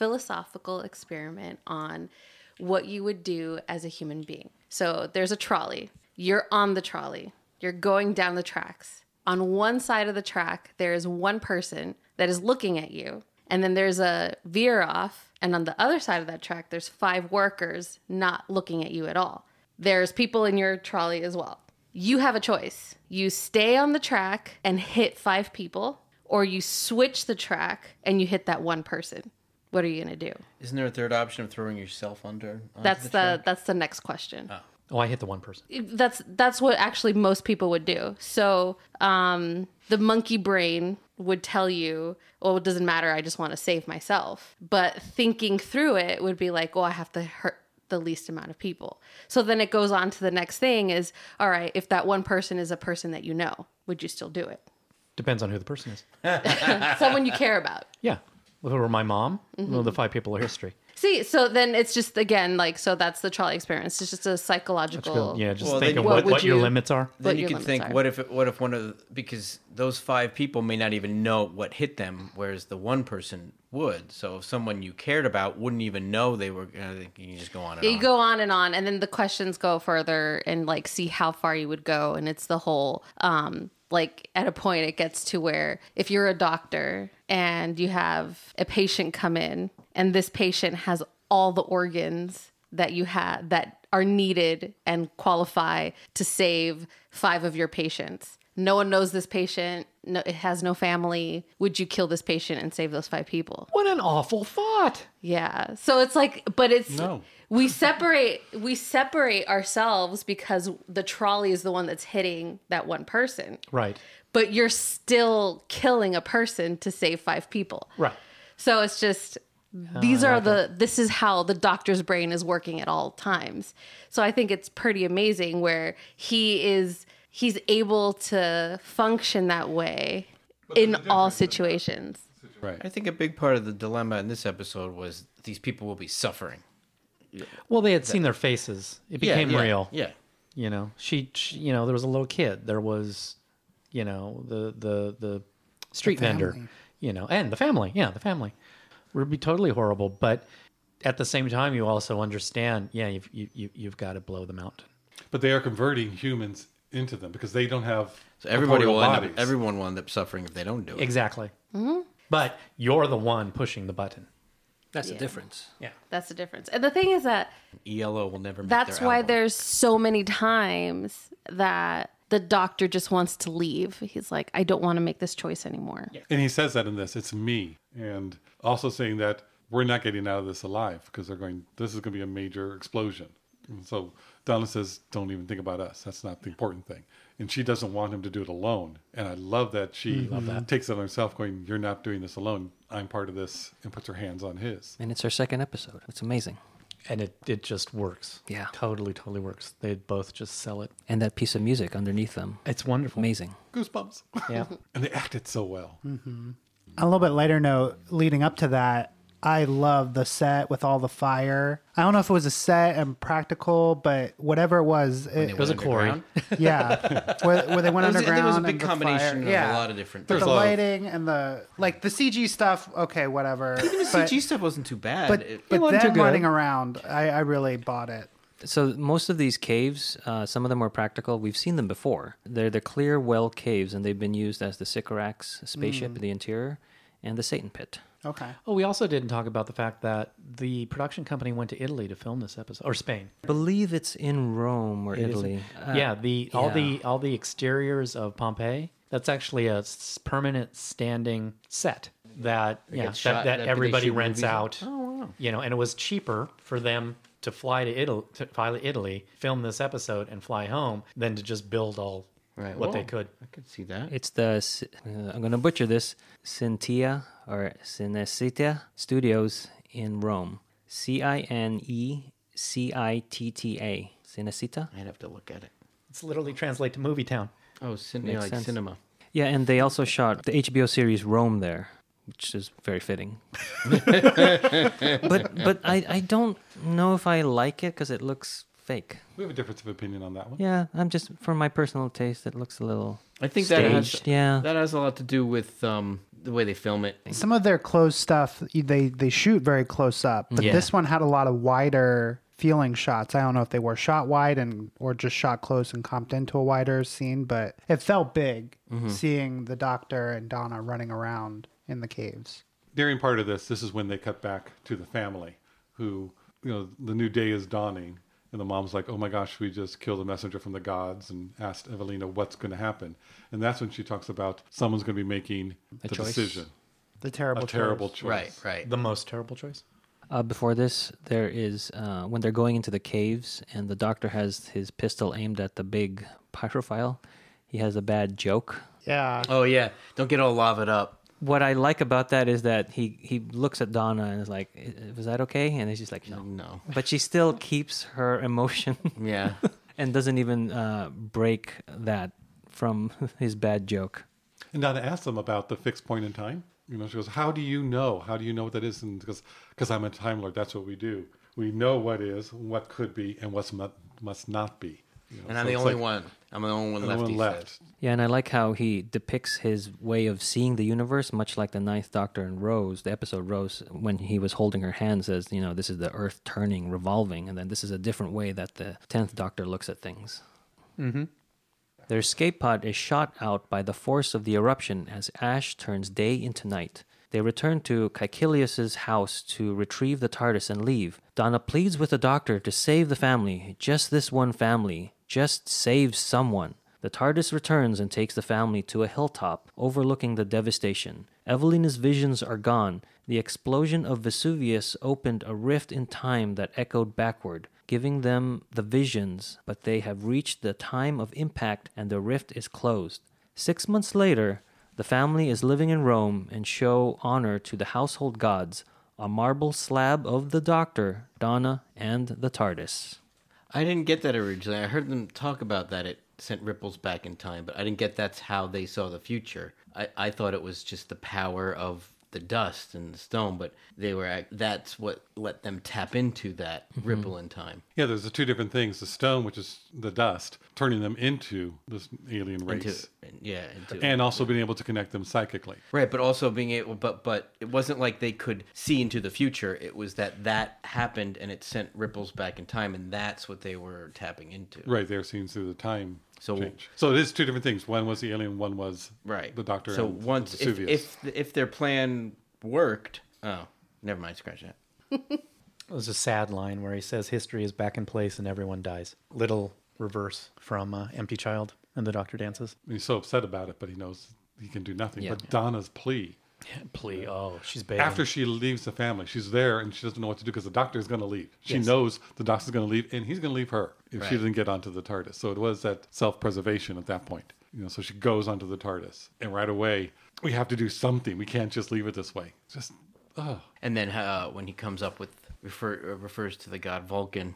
Speaker 4: philosophical experiment on what you would do as a human being. So there's a trolley. You're on the trolley. You're going down the tracks. On one side of the track, there is one person that is looking at you. And then there's a veer off. And on the other side of that track, there's five workers not looking at you at all. There's people in your trolley as well. You have a choice. You stay on the track and hit five people, or you switch the track and you hit that one person. What are you gonna do?
Speaker 3: isn't there a third option of throwing yourself under onto
Speaker 4: That's
Speaker 3: track?
Speaker 4: the that's the next question.
Speaker 2: Oh, I hit the one person.
Speaker 4: That's that's what actually most people would do. So um, the monkey brain would tell you, well, it doesn't matter. I just want to save myself. But thinking through it would be like, well, I have to hurt the least amount of people. So then it goes on to the next thing is, all right, if that one person is a person that you know, would you still do it?
Speaker 2: Depends on who the person is.
Speaker 4: Someone you care about.
Speaker 2: Yeah. If it were my mom, well, the five people of history.
Speaker 4: See, so then it's just again like so that's the trolley experience. It's just a psychological.
Speaker 2: Yeah, just
Speaker 3: Well,
Speaker 2: think
Speaker 3: then
Speaker 2: of
Speaker 3: you-
Speaker 2: what,
Speaker 4: What would
Speaker 2: what your
Speaker 4: you-
Speaker 2: limits are.
Speaker 4: what
Speaker 3: then you
Speaker 4: your
Speaker 3: can
Speaker 4: limits
Speaker 3: think
Speaker 4: are.
Speaker 3: what if it- what if one of the, because those five people may not even know what hit them whereas the one person would so if someone you cared about wouldn't even know they were uh, you can just go on and
Speaker 4: Yeah, you
Speaker 3: on.
Speaker 4: go on and on, and then the questions go further and like see how far you would go, and it's the whole um like at a point it gets to where if you're a doctor and you have a patient come in, and this patient has all the organs that you have that are needed and qualify to save five of your patients. No one knows this patient. No, it has no family. Would you kill this patient and save those five people?
Speaker 2: What an awful thought.
Speaker 4: Yeah. So it's like, but it's
Speaker 6: No.
Speaker 4: we separate we separate ourselves because the trolley is the one that's hitting that one person.
Speaker 2: Right.
Speaker 4: But you're still killing a person to save five people.
Speaker 2: Right.
Speaker 4: So it's just these are the this is how the doctor's brain is working at all times. So I think it's pretty amazing where he is he's able to function that way in all situations.
Speaker 6: Right.
Speaker 3: i think a big part of the dilemma in this episode was these people will be suffering
Speaker 2: Well, they had seen their faces. It became
Speaker 3: yeah,
Speaker 2: real.
Speaker 3: yeah
Speaker 2: You know, she, she, you know, there was a little kid. There was, you know, the the the street vendor. You know, and the family. Yeah, the family would be totally horrible. But at the same time, you also understand. Yeah, you've you, you, you've got to blow the mountain.
Speaker 6: But they are converting humans into them because they don't have
Speaker 3: so everybody will
Speaker 6: corporeal
Speaker 3: end up
Speaker 6: bodies.
Speaker 3: everyone will end up suffering if they don't do it
Speaker 2: Exactly. But you're the one pushing the button.
Speaker 1: That's the difference.
Speaker 4: That's the difference. And the thing is that
Speaker 3: elo E will never make
Speaker 4: That's
Speaker 3: their
Speaker 4: why
Speaker 3: album.
Speaker 4: there's so many times that the doctor just wants to leave. He's like, I don't want to make this choice anymore.
Speaker 6: And he says that in this, it's me. And also saying that we're not getting out of this alive because they're going, this is going to be a major explosion. And so Donna says, don't even think about us. That's not the important thing. And she doesn't want him to do it alone. And I Mm-hmm. love that she takes it on herself, going, you're not doing this alone. I'm part of this, and puts her hands on his.
Speaker 1: And it's our second episode. It's amazing.
Speaker 2: and it, it just works.
Speaker 1: Yeah.
Speaker 2: Totally, totally works. They both just sell it.
Speaker 1: And that piece of music underneath them.
Speaker 2: It's wonderful.
Speaker 1: Amazing.
Speaker 6: Goosebumps.
Speaker 2: Yeah.
Speaker 6: and they acted so well.
Speaker 5: a little bit lighter note leading up to that i love the set with all the fire i don't know if it was a set and practical but whatever it was it,
Speaker 2: It was a quarry.
Speaker 3: Underground.
Speaker 5: yeah where, where they went
Speaker 3: It was- I think
Speaker 5: underground
Speaker 3: it was a
Speaker 5: and
Speaker 3: big
Speaker 5: the
Speaker 3: combination
Speaker 5: fire.
Speaker 3: of
Speaker 5: yeah.
Speaker 3: a lot of different
Speaker 5: the
Speaker 6: There's
Speaker 3: things.
Speaker 6: a lot of-
Speaker 5: lighting and the like the cg stuff okay whatever but,
Speaker 3: cg stuff wasn't too bad
Speaker 5: but,
Speaker 3: It-
Speaker 5: but
Speaker 2: wasn't too
Speaker 5: them
Speaker 2: good.
Speaker 5: running around I, I really bought it
Speaker 1: So most of these caves, uh, some of them are practical. We've seen them before. They're the clear well caves, and they've been used as the Sycorax spaceship, the interior, and the Satan pit.
Speaker 5: okay
Speaker 2: Oh, we also didn't talk about the fact that the production company went to Italy to film this episode or Spain.
Speaker 1: I believe it's in Rome or Italy. Uh,
Speaker 2: yeah, the all
Speaker 1: yeah.
Speaker 2: the all the exteriors of Pompeii. That's actually a s- permanent standing set that yeah, that,
Speaker 3: gets shot-
Speaker 2: that
Speaker 3: that they
Speaker 2: everybody
Speaker 3: shoot
Speaker 2: rents
Speaker 3: movies on.
Speaker 2: out. You know, and it was cheaper for them to fly to Italy, to fly to Italy, film this episode, and fly home than to just build all
Speaker 3: Right,
Speaker 2: what they
Speaker 3: well,
Speaker 2: could.
Speaker 3: I could see that.
Speaker 1: It's the S- uh, I'm going to butcher this Cintia or Cinecitia Studios in Rome. C I N E C I T T A. Cinecita.
Speaker 3: I'd have to look at it.
Speaker 2: It's literally translate to movie town.
Speaker 3: Oh, cinema,
Speaker 1: Makes
Speaker 3: like
Speaker 1: sense.
Speaker 3: cinema.
Speaker 1: Yeah, and they also shot the HBO series Rome there, which is very fitting. but but I, I don't know if I like it because it looks fake.
Speaker 6: We have a difference of opinion on that one.
Speaker 1: Yeah, I'm just for my personal taste, it looks a little.
Speaker 3: I think that has
Speaker 1: Staged, yeah.
Speaker 3: that has a lot to do with um, the way they film it.
Speaker 5: some of their close stuff they they shoot very close up but
Speaker 3: Yeah.
Speaker 5: this one had a lot of wider feeling shots i don't know if they were shot wide and or just shot close and comped into a wider scene but it felt big
Speaker 3: Mm-hmm.
Speaker 5: seeing the doctor and donna running around in the caves
Speaker 6: during part of this, this is when they cut back to the family who, you know, the new day is dawning. And the mom's like, oh my gosh, we just killed a messenger from the gods and asked Evelina what's going to happen. And that's when she talks about someone's going to be making the
Speaker 1: choice.
Speaker 6: decision.
Speaker 5: the terrible
Speaker 6: A terrible
Speaker 5: choice.
Speaker 3: Right,
Speaker 6: choice.
Speaker 3: right.
Speaker 2: The most terrible choice.
Speaker 1: Uh, before this, there is uh, when they're going into the caves and the doctor has his pistol aimed at the big pyrophile. He has a bad joke.
Speaker 5: Yeah.
Speaker 3: Oh yeah, don't get all lavaed up.
Speaker 1: What I like about that is that he he looks at Donna and is like, "I- "Was that okay?" And she's like, "No."
Speaker 3: No.
Speaker 1: But she still keeps her emotion
Speaker 3: Yeah.
Speaker 1: and doesn't even uh, break that from his bad joke.
Speaker 6: And Donna asked him about the fixed point in time. You know, she goes, "How do you know? How do you know what that is?" And because because I'm a time lord, that's what we do. We know what is, what could be, and what's not, must not be. You know,
Speaker 3: And I'm
Speaker 6: so
Speaker 3: the
Speaker 6: it's
Speaker 3: only
Speaker 6: like,
Speaker 3: one. I'm the only one
Speaker 6: I'm the
Speaker 3: left.
Speaker 6: one
Speaker 3: he
Speaker 6: left.
Speaker 3: said.
Speaker 1: Yeah, and I like how he depicts his way of seeing the universe, much like the Ninth Doctor in Rose, the episode Rose, when he was holding her hand, says, you know, this is the Earth turning, revolving, and then this is a different way that the Tenth Doctor looks at things. Mm-hmm. Their escape pod is shot out by the force of the eruption as ash turns day into night. They return to Caecilius's house to retrieve the TARDIS and leave. Donna pleads with the doctor to save the family, just this one family, just save someone. The TARDIS returns and takes the family to a hilltop overlooking the devastation. Evelina's visions are gone. The explosion of Vesuvius opened a rift in time that echoed backward, giving them the visions, but they have reached the time of impact and the rift is closed. Six months later, the family is living in Rome and show honor to the household gods, a marble slab of the Doctor, Donna, and the TARDIS.
Speaker 3: I didn't get that originally. I heard them talk about that. It sent ripples back in time, but I didn't get that's how they saw the future. I, I thought it was just the power of the dust and the stone, but they were act- that's what let them tap into that ripple in time
Speaker 6: Yeah, there's the two different things: the stone, which is the dust, turning them into this alien race,
Speaker 3: into yeah into
Speaker 6: and also being able to connect them psychically.
Speaker 3: Right, but also being able, but but it wasn't like they could see into the future. It was that that happened and it sent ripples back in time, and that's what they were tapping into.
Speaker 6: Right, they're seen through the time
Speaker 3: So-
Speaker 6: change. So it is two different things. One was the alien, one was
Speaker 3: Right.
Speaker 6: the doctor.
Speaker 3: So
Speaker 6: and
Speaker 3: once if,
Speaker 6: Vesuvius.
Speaker 3: if if their plan worked, oh, never mind, scratch that.
Speaker 2: There's a sad line where he says, "History is back in place and everyone dies." Little reverse from uh, "Empty Child," and the doctor dances.
Speaker 6: And he's so upset about it, but he knows he can do nothing. But Donna's plea
Speaker 2: Plea. Oh, she's bad.
Speaker 6: after she leaves the family, she's there and she doesn't know what to do because the doctor is going to leave. She knows the doctor's going to leave and he's going to leave her if she
Speaker 3: Right.
Speaker 6: doesn't get onto the TARDIS. So it was that self preservation at that point. You know, so she goes onto the TARDIS and right away we have to do something. We can't just leave it this way. Just oh,
Speaker 3: And then uh, when he comes up with refer uh, refers to the god Vulcan.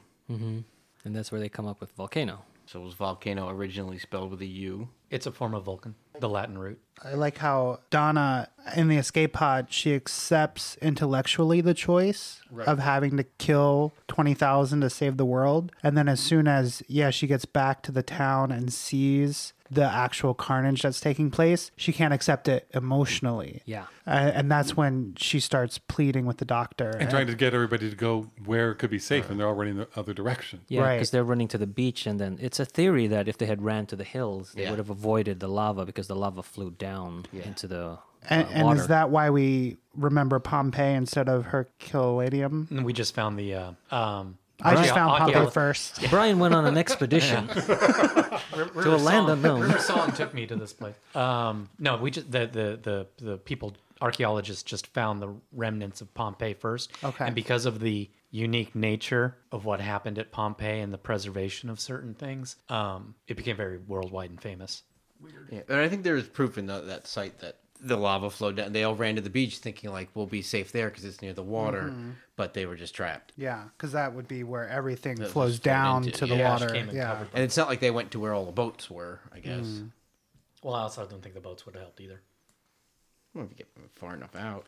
Speaker 1: And that's where they come up with volcano.
Speaker 3: So was volcano originally spelled with a U?
Speaker 2: it's a form of Vulcan, the Latin root.
Speaker 5: I like how Donna in the escape pod she accepts intellectually the choice of having to kill twenty thousand to save the world, and then as soon as yeah she gets back to the town and sees the actual carnage that's taking place, she can't accept it emotionally.
Speaker 1: Yeah.
Speaker 5: A- and that's when she starts pleading with the doctor.
Speaker 6: and trying to get everybody to go where it could be safe and they're all running the other direction.
Speaker 1: Yeah, because
Speaker 5: Right.
Speaker 1: they're running to the beach, and then it's a theory that if they had ran to the hills, they
Speaker 3: Yeah.
Speaker 1: would have avoided the lava because the lava flew down into the uh,
Speaker 5: and, and
Speaker 1: water.
Speaker 5: is that why we remember Pompeii instead of Herculaneum?
Speaker 2: And we just found the. Uh, um,
Speaker 5: I just
Speaker 2: archaeo-
Speaker 5: found Pompeii
Speaker 2: archaeo-
Speaker 5: first.
Speaker 1: Brian went on an expedition.
Speaker 2: to
Speaker 1: a land unknown.
Speaker 2: River Song took me to this place. Um, no, we just the the the the people archaeologists just found the remnants of Pompeii first.
Speaker 5: Okay.
Speaker 2: and because of the unique nature of what happened at Pompeii and the preservation of certain things, um, it became very worldwide and famous.
Speaker 3: Yeah, and I think there is proof in tha- that site that the lava flowed down. They all ran to the beach thinking like we'll be safe there because it's near the water,
Speaker 6: Mm-hmm.
Speaker 3: but they were just trapped.
Speaker 5: Yeah, because that would be where everything
Speaker 3: That
Speaker 5: flows
Speaker 3: just flowed
Speaker 5: down
Speaker 3: into-
Speaker 5: to the
Speaker 2: yeah,
Speaker 5: water.
Speaker 2: just came and
Speaker 5: yeah.
Speaker 2: covered-
Speaker 3: And it's not like they went to where all the boats were. I guess.
Speaker 6: Mm.
Speaker 2: Well, I also don't think the boats would have helped either.
Speaker 3: Well, if you get far enough out.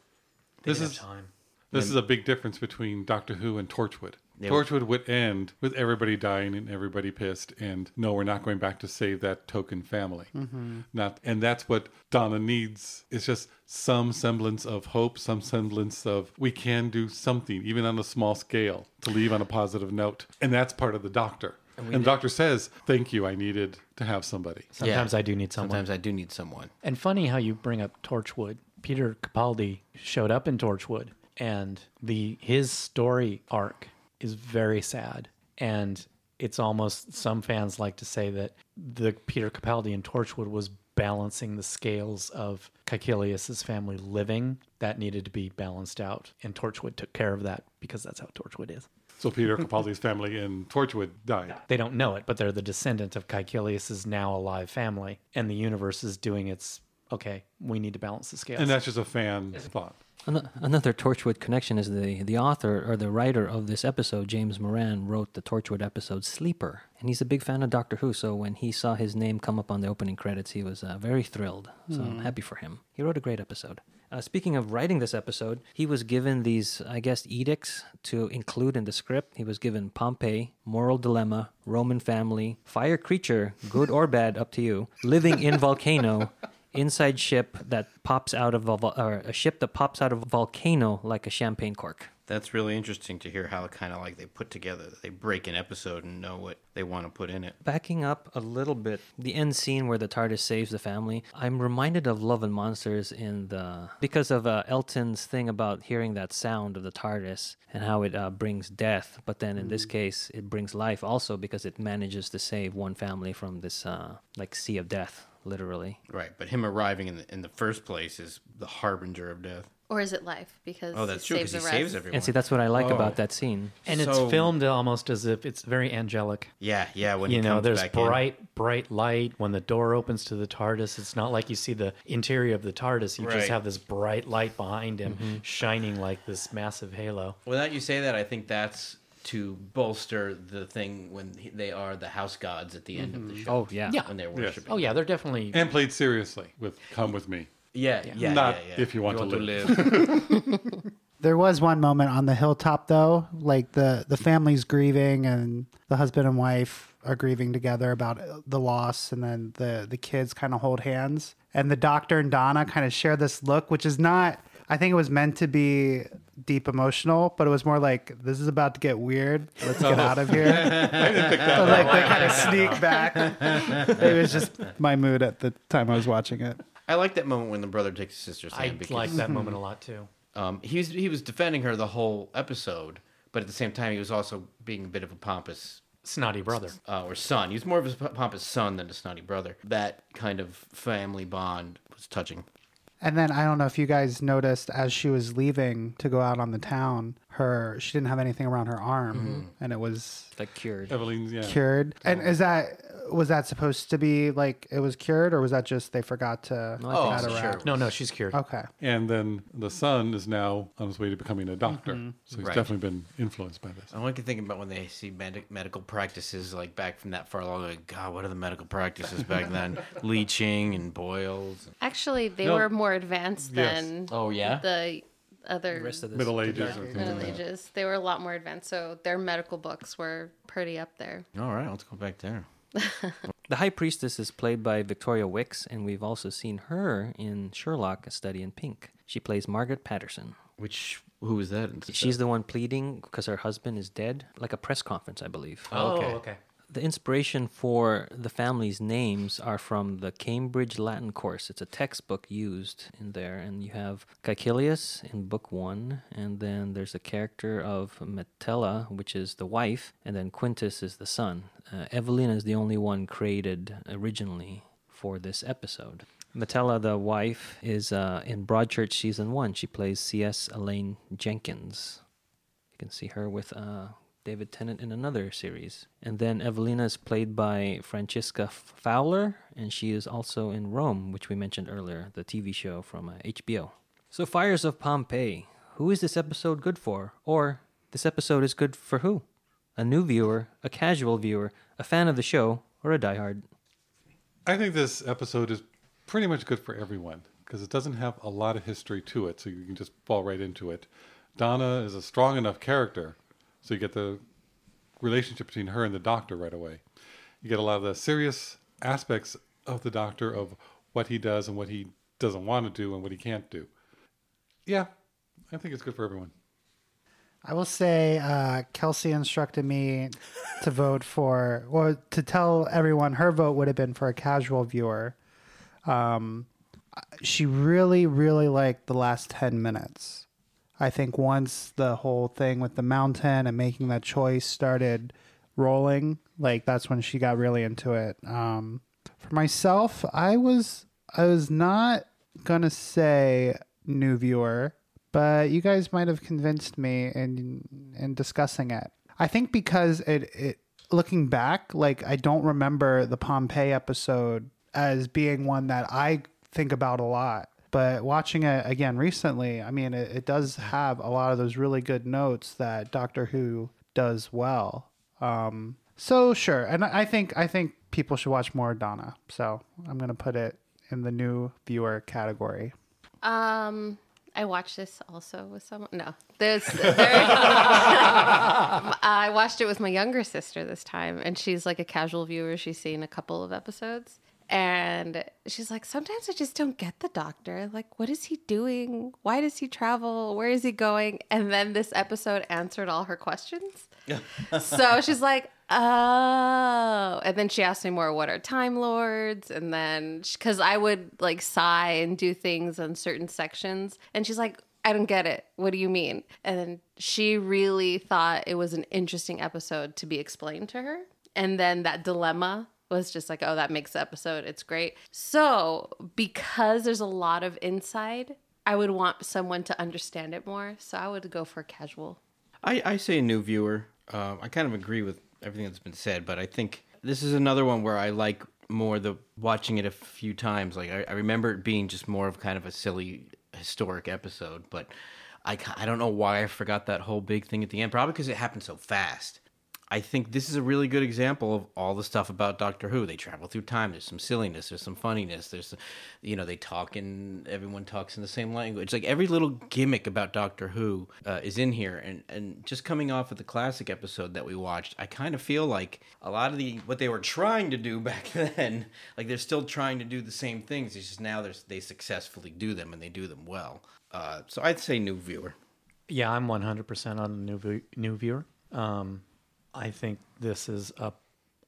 Speaker 2: They
Speaker 6: This
Speaker 2: didn't
Speaker 6: is-
Speaker 2: have time.
Speaker 6: This is a big difference between Doctor Who and Torchwood. Torchwood would end with everybody dying and everybody pissed, and no, we're not going back to save that token family. Not, and that's what Donna needs. It's just some semblance of hope, some semblance of we can do something, even on a small scale, to leave on a positive note. And that's part of the Doctor. And, the Doctor says, "Thank you. I needed to have somebody."
Speaker 2: Sometimes I do need someone.
Speaker 3: Sometimes I do need someone.
Speaker 2: And funny how you bring up Torchwood. Peter Capaldi showed up in Torchwood, and the his story arc is very sad. And it's almost some fans like to say that the Peter Capaldi in Torchwood was balancing the scales of Caecilius's family living that needed to be balanced out, and Torchwood took care of that because that's how Torchwood is.
Speaker 6: So Peter Capaldi's family in Torchwood died.
Speaker 2: They don't know it, but they're the descendant of Caecilius's now alive family, and the universe is doing its okay. We need to balance the scales.
Speaker 6: And that's just a fan thought.
Speaker 1: Ano- Another Torchwood connection is the, the author or the writer of this episode, James Moran, wrote the Torchwood episode Sleeper. And he's a big fan of Doctor Who, so when he saw his name come up on the opening credits, he was uh, very thrilled. So I'm happy for him. He wrote a great episode. Uh, speaking of writing this episode, he was given these, I guess, edicts to include in the script. He was given Pompeii, Moral Dilemma, Roman Family, Fire Creature, Good or Bad, up to you, Living in Volcano, inside ship that pops out of a, vol- or a ship that pops out of a volcano like a champagne cork.
Speaker 3: That's really interesting to hear how kind of like they put together. They break an episode and know what they want to put in it.
Speaker 1: Backing up a little bit, the end scene where the TARDIS saves the family, I'm reminded of Love and Monsters in the because of uh, Elton's thing about hearing that sound of the TARDIS and how it uh, brings death. But then in this case, it brings life also because it manages to save one family from this uh, like sea of death, literally.
Speaker 3: Right, but him arriving in the, in the first place is the harbinger of death.
Speaker 4: Or is it life? Because
Speaker 3: Oh, that's true because he
Speaker 4: the
Speaker 3: saves
Speaker 4: rest.
Speaker 3: everyone.
Speaker 1: And see, that's what I like about that scene.
Speaker 2: And
Speaker 3: So-
Speaker 2: it's filmed almost as if it's very angelic.
Speaker 3: yeah, yeah. When
Speaker 2: You
Speaker 3: he
Speaker 2: know,
Speaker 3: comes
Speaker 2: there's
Speaker 3: back in.
Speaker 2: bright, bright light. When the door opens to the TARDIS, it's not like you see the interior of the TARDIS. You
Speaker 3: Right. Mm-hmm.
Speaker 2: just have this bright light behind him, shining like this massive halo.
Speaker 3: Without you say that, I think that's to bolster the thing when he- they are the house gods at the end of the show.
Speaker 1: Oh, yeah.
Speaker 2: Yeah.
Speaker 3: when they're worshiping.
Speaker 2: Oh yeah, they're definitely
Speaker 6: And played seriously with Come With Me.
Speaker 3: yeah, yeah, yeah.
Speaker 6: Not
Speaker 3: yeah,
Speaker 6: if you want to live.
Speaker 5: There was one moment on the hilltop though, like the the family's grieving and the husband and wife are grieving together about uh, the loss and then the the kids kind of hold hands and the doctor and Donna kind of share this look which is not I think it was meant to be deep emotional, but it was more like this is about to get weird. Let's
Speaker 2: Uh-huh.
Speaker 5: get out of here. So, like they kind of sneak back. it was just my mood at the time I was watching it.
Speaker 3: I like that moment when the brother takes his sister's
Speaker 2: I
Speaker 3: hand because
Speaker 2: like that moment a lot too.
Speaker 3: um, he was he was defending her the whole episode, but at the same time he was also being a bit of a pompous
Speaker 2: Snotty brother.
Speaker 3: uh, or son. He was more of a pompous son than a snotty brother. That kind of family bond was touching.
Speaker 5: And then I don't know if you guys noticed as she was leaving to go out on the town, her she didn't have anything around her arm, and it was
Speaker 1: Like cured.
Speaker 6: Evelyn's, yeah.
Speaker 5: cured. And is that was that supposed to be like it was cured, or was that just they forgot to
Speaker 3: Oh,
Speaker 5: add a
Speaker 3: sure.
Speaker 5: wrap?
Speaker 2: No, no, she's cured.
Speaker 5: Okay,
Speaker 6: And then the son is now on his way to becoming a doctor. So he's
Speaker 3: Right.
Speaker 6: definitely been influenced by this.
Speaker 3: I only can think about when they see med- medical practices like back from that far long. Like, God, what are the medical practices back then? Leaching and boils.
Speaker 4: Actually, they
Speaker 6: No.
Speaker 4: were more advanced
Speaker 6: Yes.
Speaker 4: than
Speaker 3: Oh yeah.
Speaker 4: the other
Speaker 1: rest of this
Speaker 6: Middle Ages or things
Speaker 4: Middle
Speaker 6: like that.
Speaker 4: Ages. They were a lot more advanced, so their medical books were pretty up there.
Speaker 3: All right, let's go back there.
Speaker 1: The High Priestess is played by Victoria Wicks, and we've also seen her in Sherlock, A Study in Pink. She plays Margaret Patterson.
Speaker 3: Which who was that?
Speaker 1: She's the one pleading because her husband is dead, like a press conference, I believe.
Speaker 3: Oh, okay.
Speaker 1: The inspiration for the family's names are from the Cambridge Latin course. It's a textbook used in there, and you have Caecilius in book one, and then there's a character of Metella, which is the wife, and then Quintus is the son. Uh, Evelina is the only one created originally for this episode. Metella, the wife, is uh, in Broadchurch season one. She plays C.S. Elaine Jenkins. You can see her with uh, David Tennant in another series. And then Evelina is played by Francisca F- Fowler, and she is also in Rome, which we mentioned earlier, the TV show from uh, HBO. So, Fires of Pompeii. Who is this episode good for? Or, this episode is good for who? A new viewer, a casual viewer, a fan of the show, or a diehard?
Speaker 6: I think this episode is pretty much good for everyone because it doesn't have a lot of history to it, so you can just fall right into it. Donna is a strong enough character, so you get the relationship between her and the doctor right away. You get a lot of the serious aspects of the doctor of what he does and what he doesn't want to do and what he can't do. Yeah, I think it's good for everyone.
Speaker 5: I will say uh, Kelsey instructed me to vote for or to tell everyone her vote would have been for a casual viewer. Um, she really, really liked the last ten minutes. I think once the whole thing with the mountain and making that choice started rolling, like that's when she got really into it. Um, for myself, I was I was not gonna say new viewer, but you guys might have convinced me in in discussing it. I think because it, it looking back, like I don't remember the Pompeii episode as being one that I think about a lot. But watching it again recently, I mean, it, it does have a lot of those really good notes that Doctor Who does well. Um, so sure, and I I think I think people should watch more Donna. So I'm gonna put it in the new viewer category.
Speaker 4: Um, I watched this also with someone. No, there's. There, I watched it with my younger sister this time, and she's like a casual viewer. She's seen a couple of episodes, and she's like, "Sometimes I just don't get the doctor. Like, what is he doing? Why does he travel? Where is he going?" And then this episode answered all her questions. so she's like, oh. And then she asked me more, what are Time Lords? And then, because I would like sigh and do things on certain sections. And she's like, I don't get it. What do you mean? And then she really thought it was an interesting episode to be explained to her. And then that dilemma was just like, oh, that makes the episode. It's great. So, because there's a lot of inside, I would want someone to understand it more. So, I would go for casual.
Speaker 3: I, I say a new viewer. Um, I kind of agree with everything that's been said, but I think this is another one where I like more the watching it a few times. Like I, I remember it being just more of kind of a silly historic episode, but I, ca- I don't know why I forgot that whole big thing at the end. Probably because it happened so fast. I think this is a really good example of all the stuff about Doctor Who. They travel through time. There's some silliness. There's some funniness. There's, some- you know, they talk and everyone talks in the same language. Like every little gimmick about Doctor Who uh, is in here. And and just coming off of the classic episode that we watched, I kind of feel like a lot of the what they were trying to do back then, like they're still trying to do the same things. It's just now there's they successfully do them and they do them well. Uh, so I'd say new viewer.
Speaker 2: Yeah, I'm 100% on the new view- new viewer. Um, I think this is a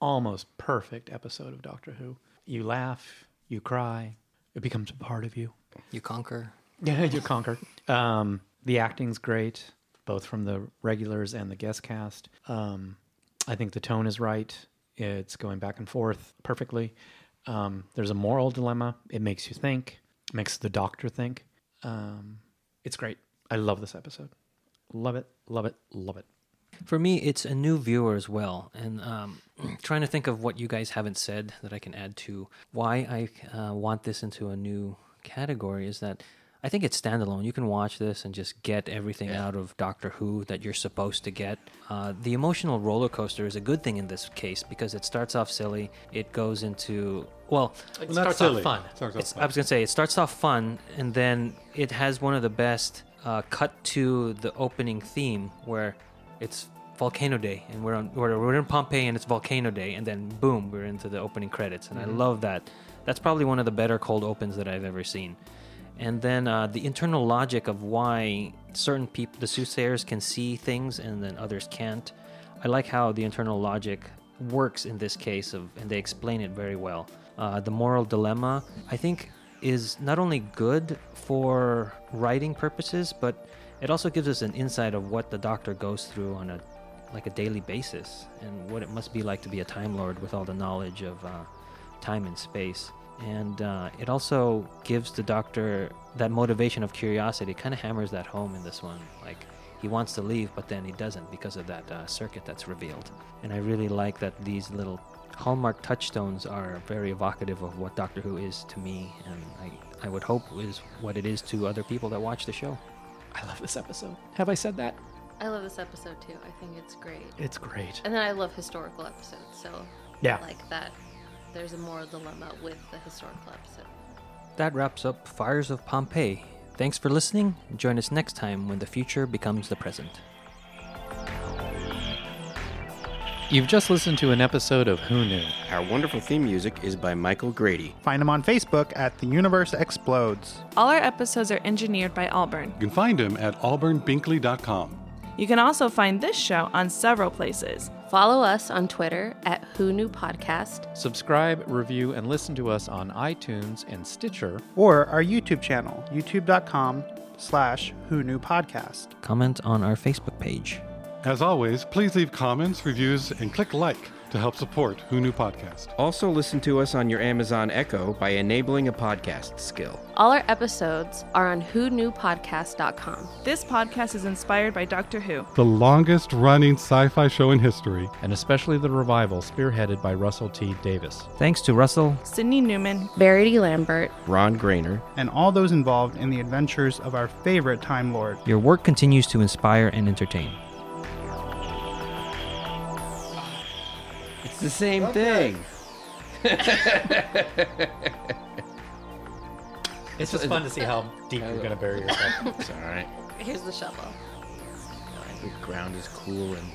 Speaker 2: almost perfect episode of Doctor Who. You laugh, you cry, it becomes a part of you.
Speaker 1: You conquer.
Speaker 2: Yeah, you conquer. Um, the acting's great, both from the regulars and the guest cast. Um, I think the tone is right. It's going back and forth perfectly. Um, there's a moral dilemma. It makes you think. Makes the doctor think. Um, it's great. I love this episode. Love it. Love it. Love it.
Speaker 1: For me, it's a new viewer as well, and um, trying to think of what you guys haven't said that I can add to why I uh, want this into a new category is that I think it's standalone. You can watch this and just get everything out of Doctor Who that you're supposed to get. Uh, the emotional roller coaster is a good thing in this case because it starts off silly, it goes into well,
Speaker 2: It
Speaker 6: not
Speaker 2: starts off
Speaker 6: silly.
Speaker 2: fun.
Speaker 6: Starts off
Speaker 1: it's, I was gonna say it starts off fun, and then it has one of the best uh, cut to the opening theme where it's Volcano Day, and we're on we're, we're in Pompeii, and it's Volcano Day, and then boom, we're into the opening credits, and
Speaker 6: Mm-hmm.
Speaker 1: I love that. That's probably one of the better cold opens that I've ever seen. And then uh, the internal logic of why certain people, the soothsayers, can see things and then others can't. I like how the internal logic works in this case, of, and they explain it very well. Uh, the moral dilemma, I think, is not only good for writing purposes, but it also gives us an insight of what the Doctor goes through on a like a daily basis, and what it must be like to be a Time Lord with all the knowledge of uh, time and space. And uh, it also gives the Doctor that motivation of curiosity. Kind of hammers that home in this one, like he wants to leave, but then he doesn't because of that uh, circuit that's revealed. And I really like that these little hallmark touchstones are very evocative of what Doctor Who is to me, and I, I would hope is what it is to other people that watch the show.
Speaker 2: I love this episode. Have I said that?
Speaker 4: I love this episode too. I think it's great.
Speaker 2: It's great.
Speaker 4: And then I love historical episodes, so
Speaker 2: Yeah.
Speaker 4: like that. There's a moral dilemma with the historical episode.
Speaker 1: That wraps up Fires of Pompeii. Thanks for listening. Join us next time when the future becomes the present.
Speaker 2: You've just listened to an episode of Who Knew.
Speaker 3: Our wonderful theme music is by Michael Grady.
Speaker 5: Find them on Facebook at The Universe Explodes.
Speaker 7: All our episodes are engineered by Allburn.
Speaker 6: You can find him at auburnbinkley.com.
Speaker 7: You can also find this show on several places.
Speaker 4: Follow us on Twitter at Who Knew Podcast.
Speaker 2: Subscribe, review, and listen to us on iTunes and Stitcher.
Speaker 5: or our YouTube channel, youtube.com slash who knew podcast.
Speaker 1: Comment on our Facebook page.
Speaker 6: As always, please leave comments, reviews, and click like. to help support Who Knew Podcast.
Speaker 3: Also, listen to us on your Amazon Echo by enabling a podcast skill.
Speaker 4: All our episodes are on who knew podcast.com.
Speaker 7: This podcast is inspired by Doctor Who.
Speaker 6: The longest running sci fi show in history.
Speaker 2: and especially the revival spearheaded by Russell T. Davis.
Speaker 1: Thanks to Russell,
Speaker 7: Sydney Newman,
Speaker 4: Verity Lambert,
Speaker 3: Ron Grainer,
Speaker 5: and all those involved in the adventures of our favorite Time Lord.
Speaker 1: your work continues to inspire and entertain.
Speaker 3: It's the same thing.
Speaker 2: It's just fun to see how deep you're going to bury yourself.
Speaker 3: It's all right.
Speaker 4: here's the shovel.
Speaker 3: The ground is cool and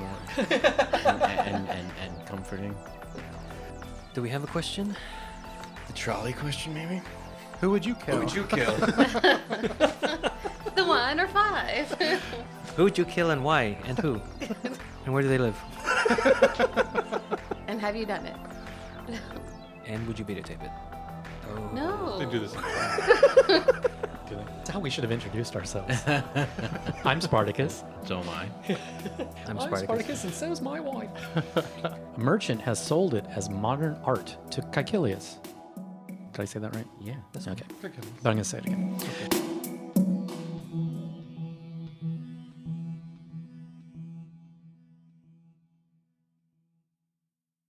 Speaker 3: warm and, and, and, and comforting.
Speaker 1: Do we have a question?
Speaker 3: The trolley question, maybe?
Speaker 5: Who would you kill?
Speaker 3: you kill?
Speaker 4: The one or five.
Speaker 1: Who would you kill and why and who? and where do they live?
Speaker 4: and have you done it?
Speaker 1: And would you beta tape it? Oh.
Speaker 4: No.
Speaker 6: They do this.
Speaker 2: That's how we should have introduced ourselves. I'm Spartacus.
Speaker 3: so am I.
Speaker 1: I'm Spartacus.
Speaker 2: and so's my wife. a merchant has sold it as modern art to Caecilius. Did I say that right?
Speaker 3: Yeah.
Speaker 2: Okay. But I'm going to say it again.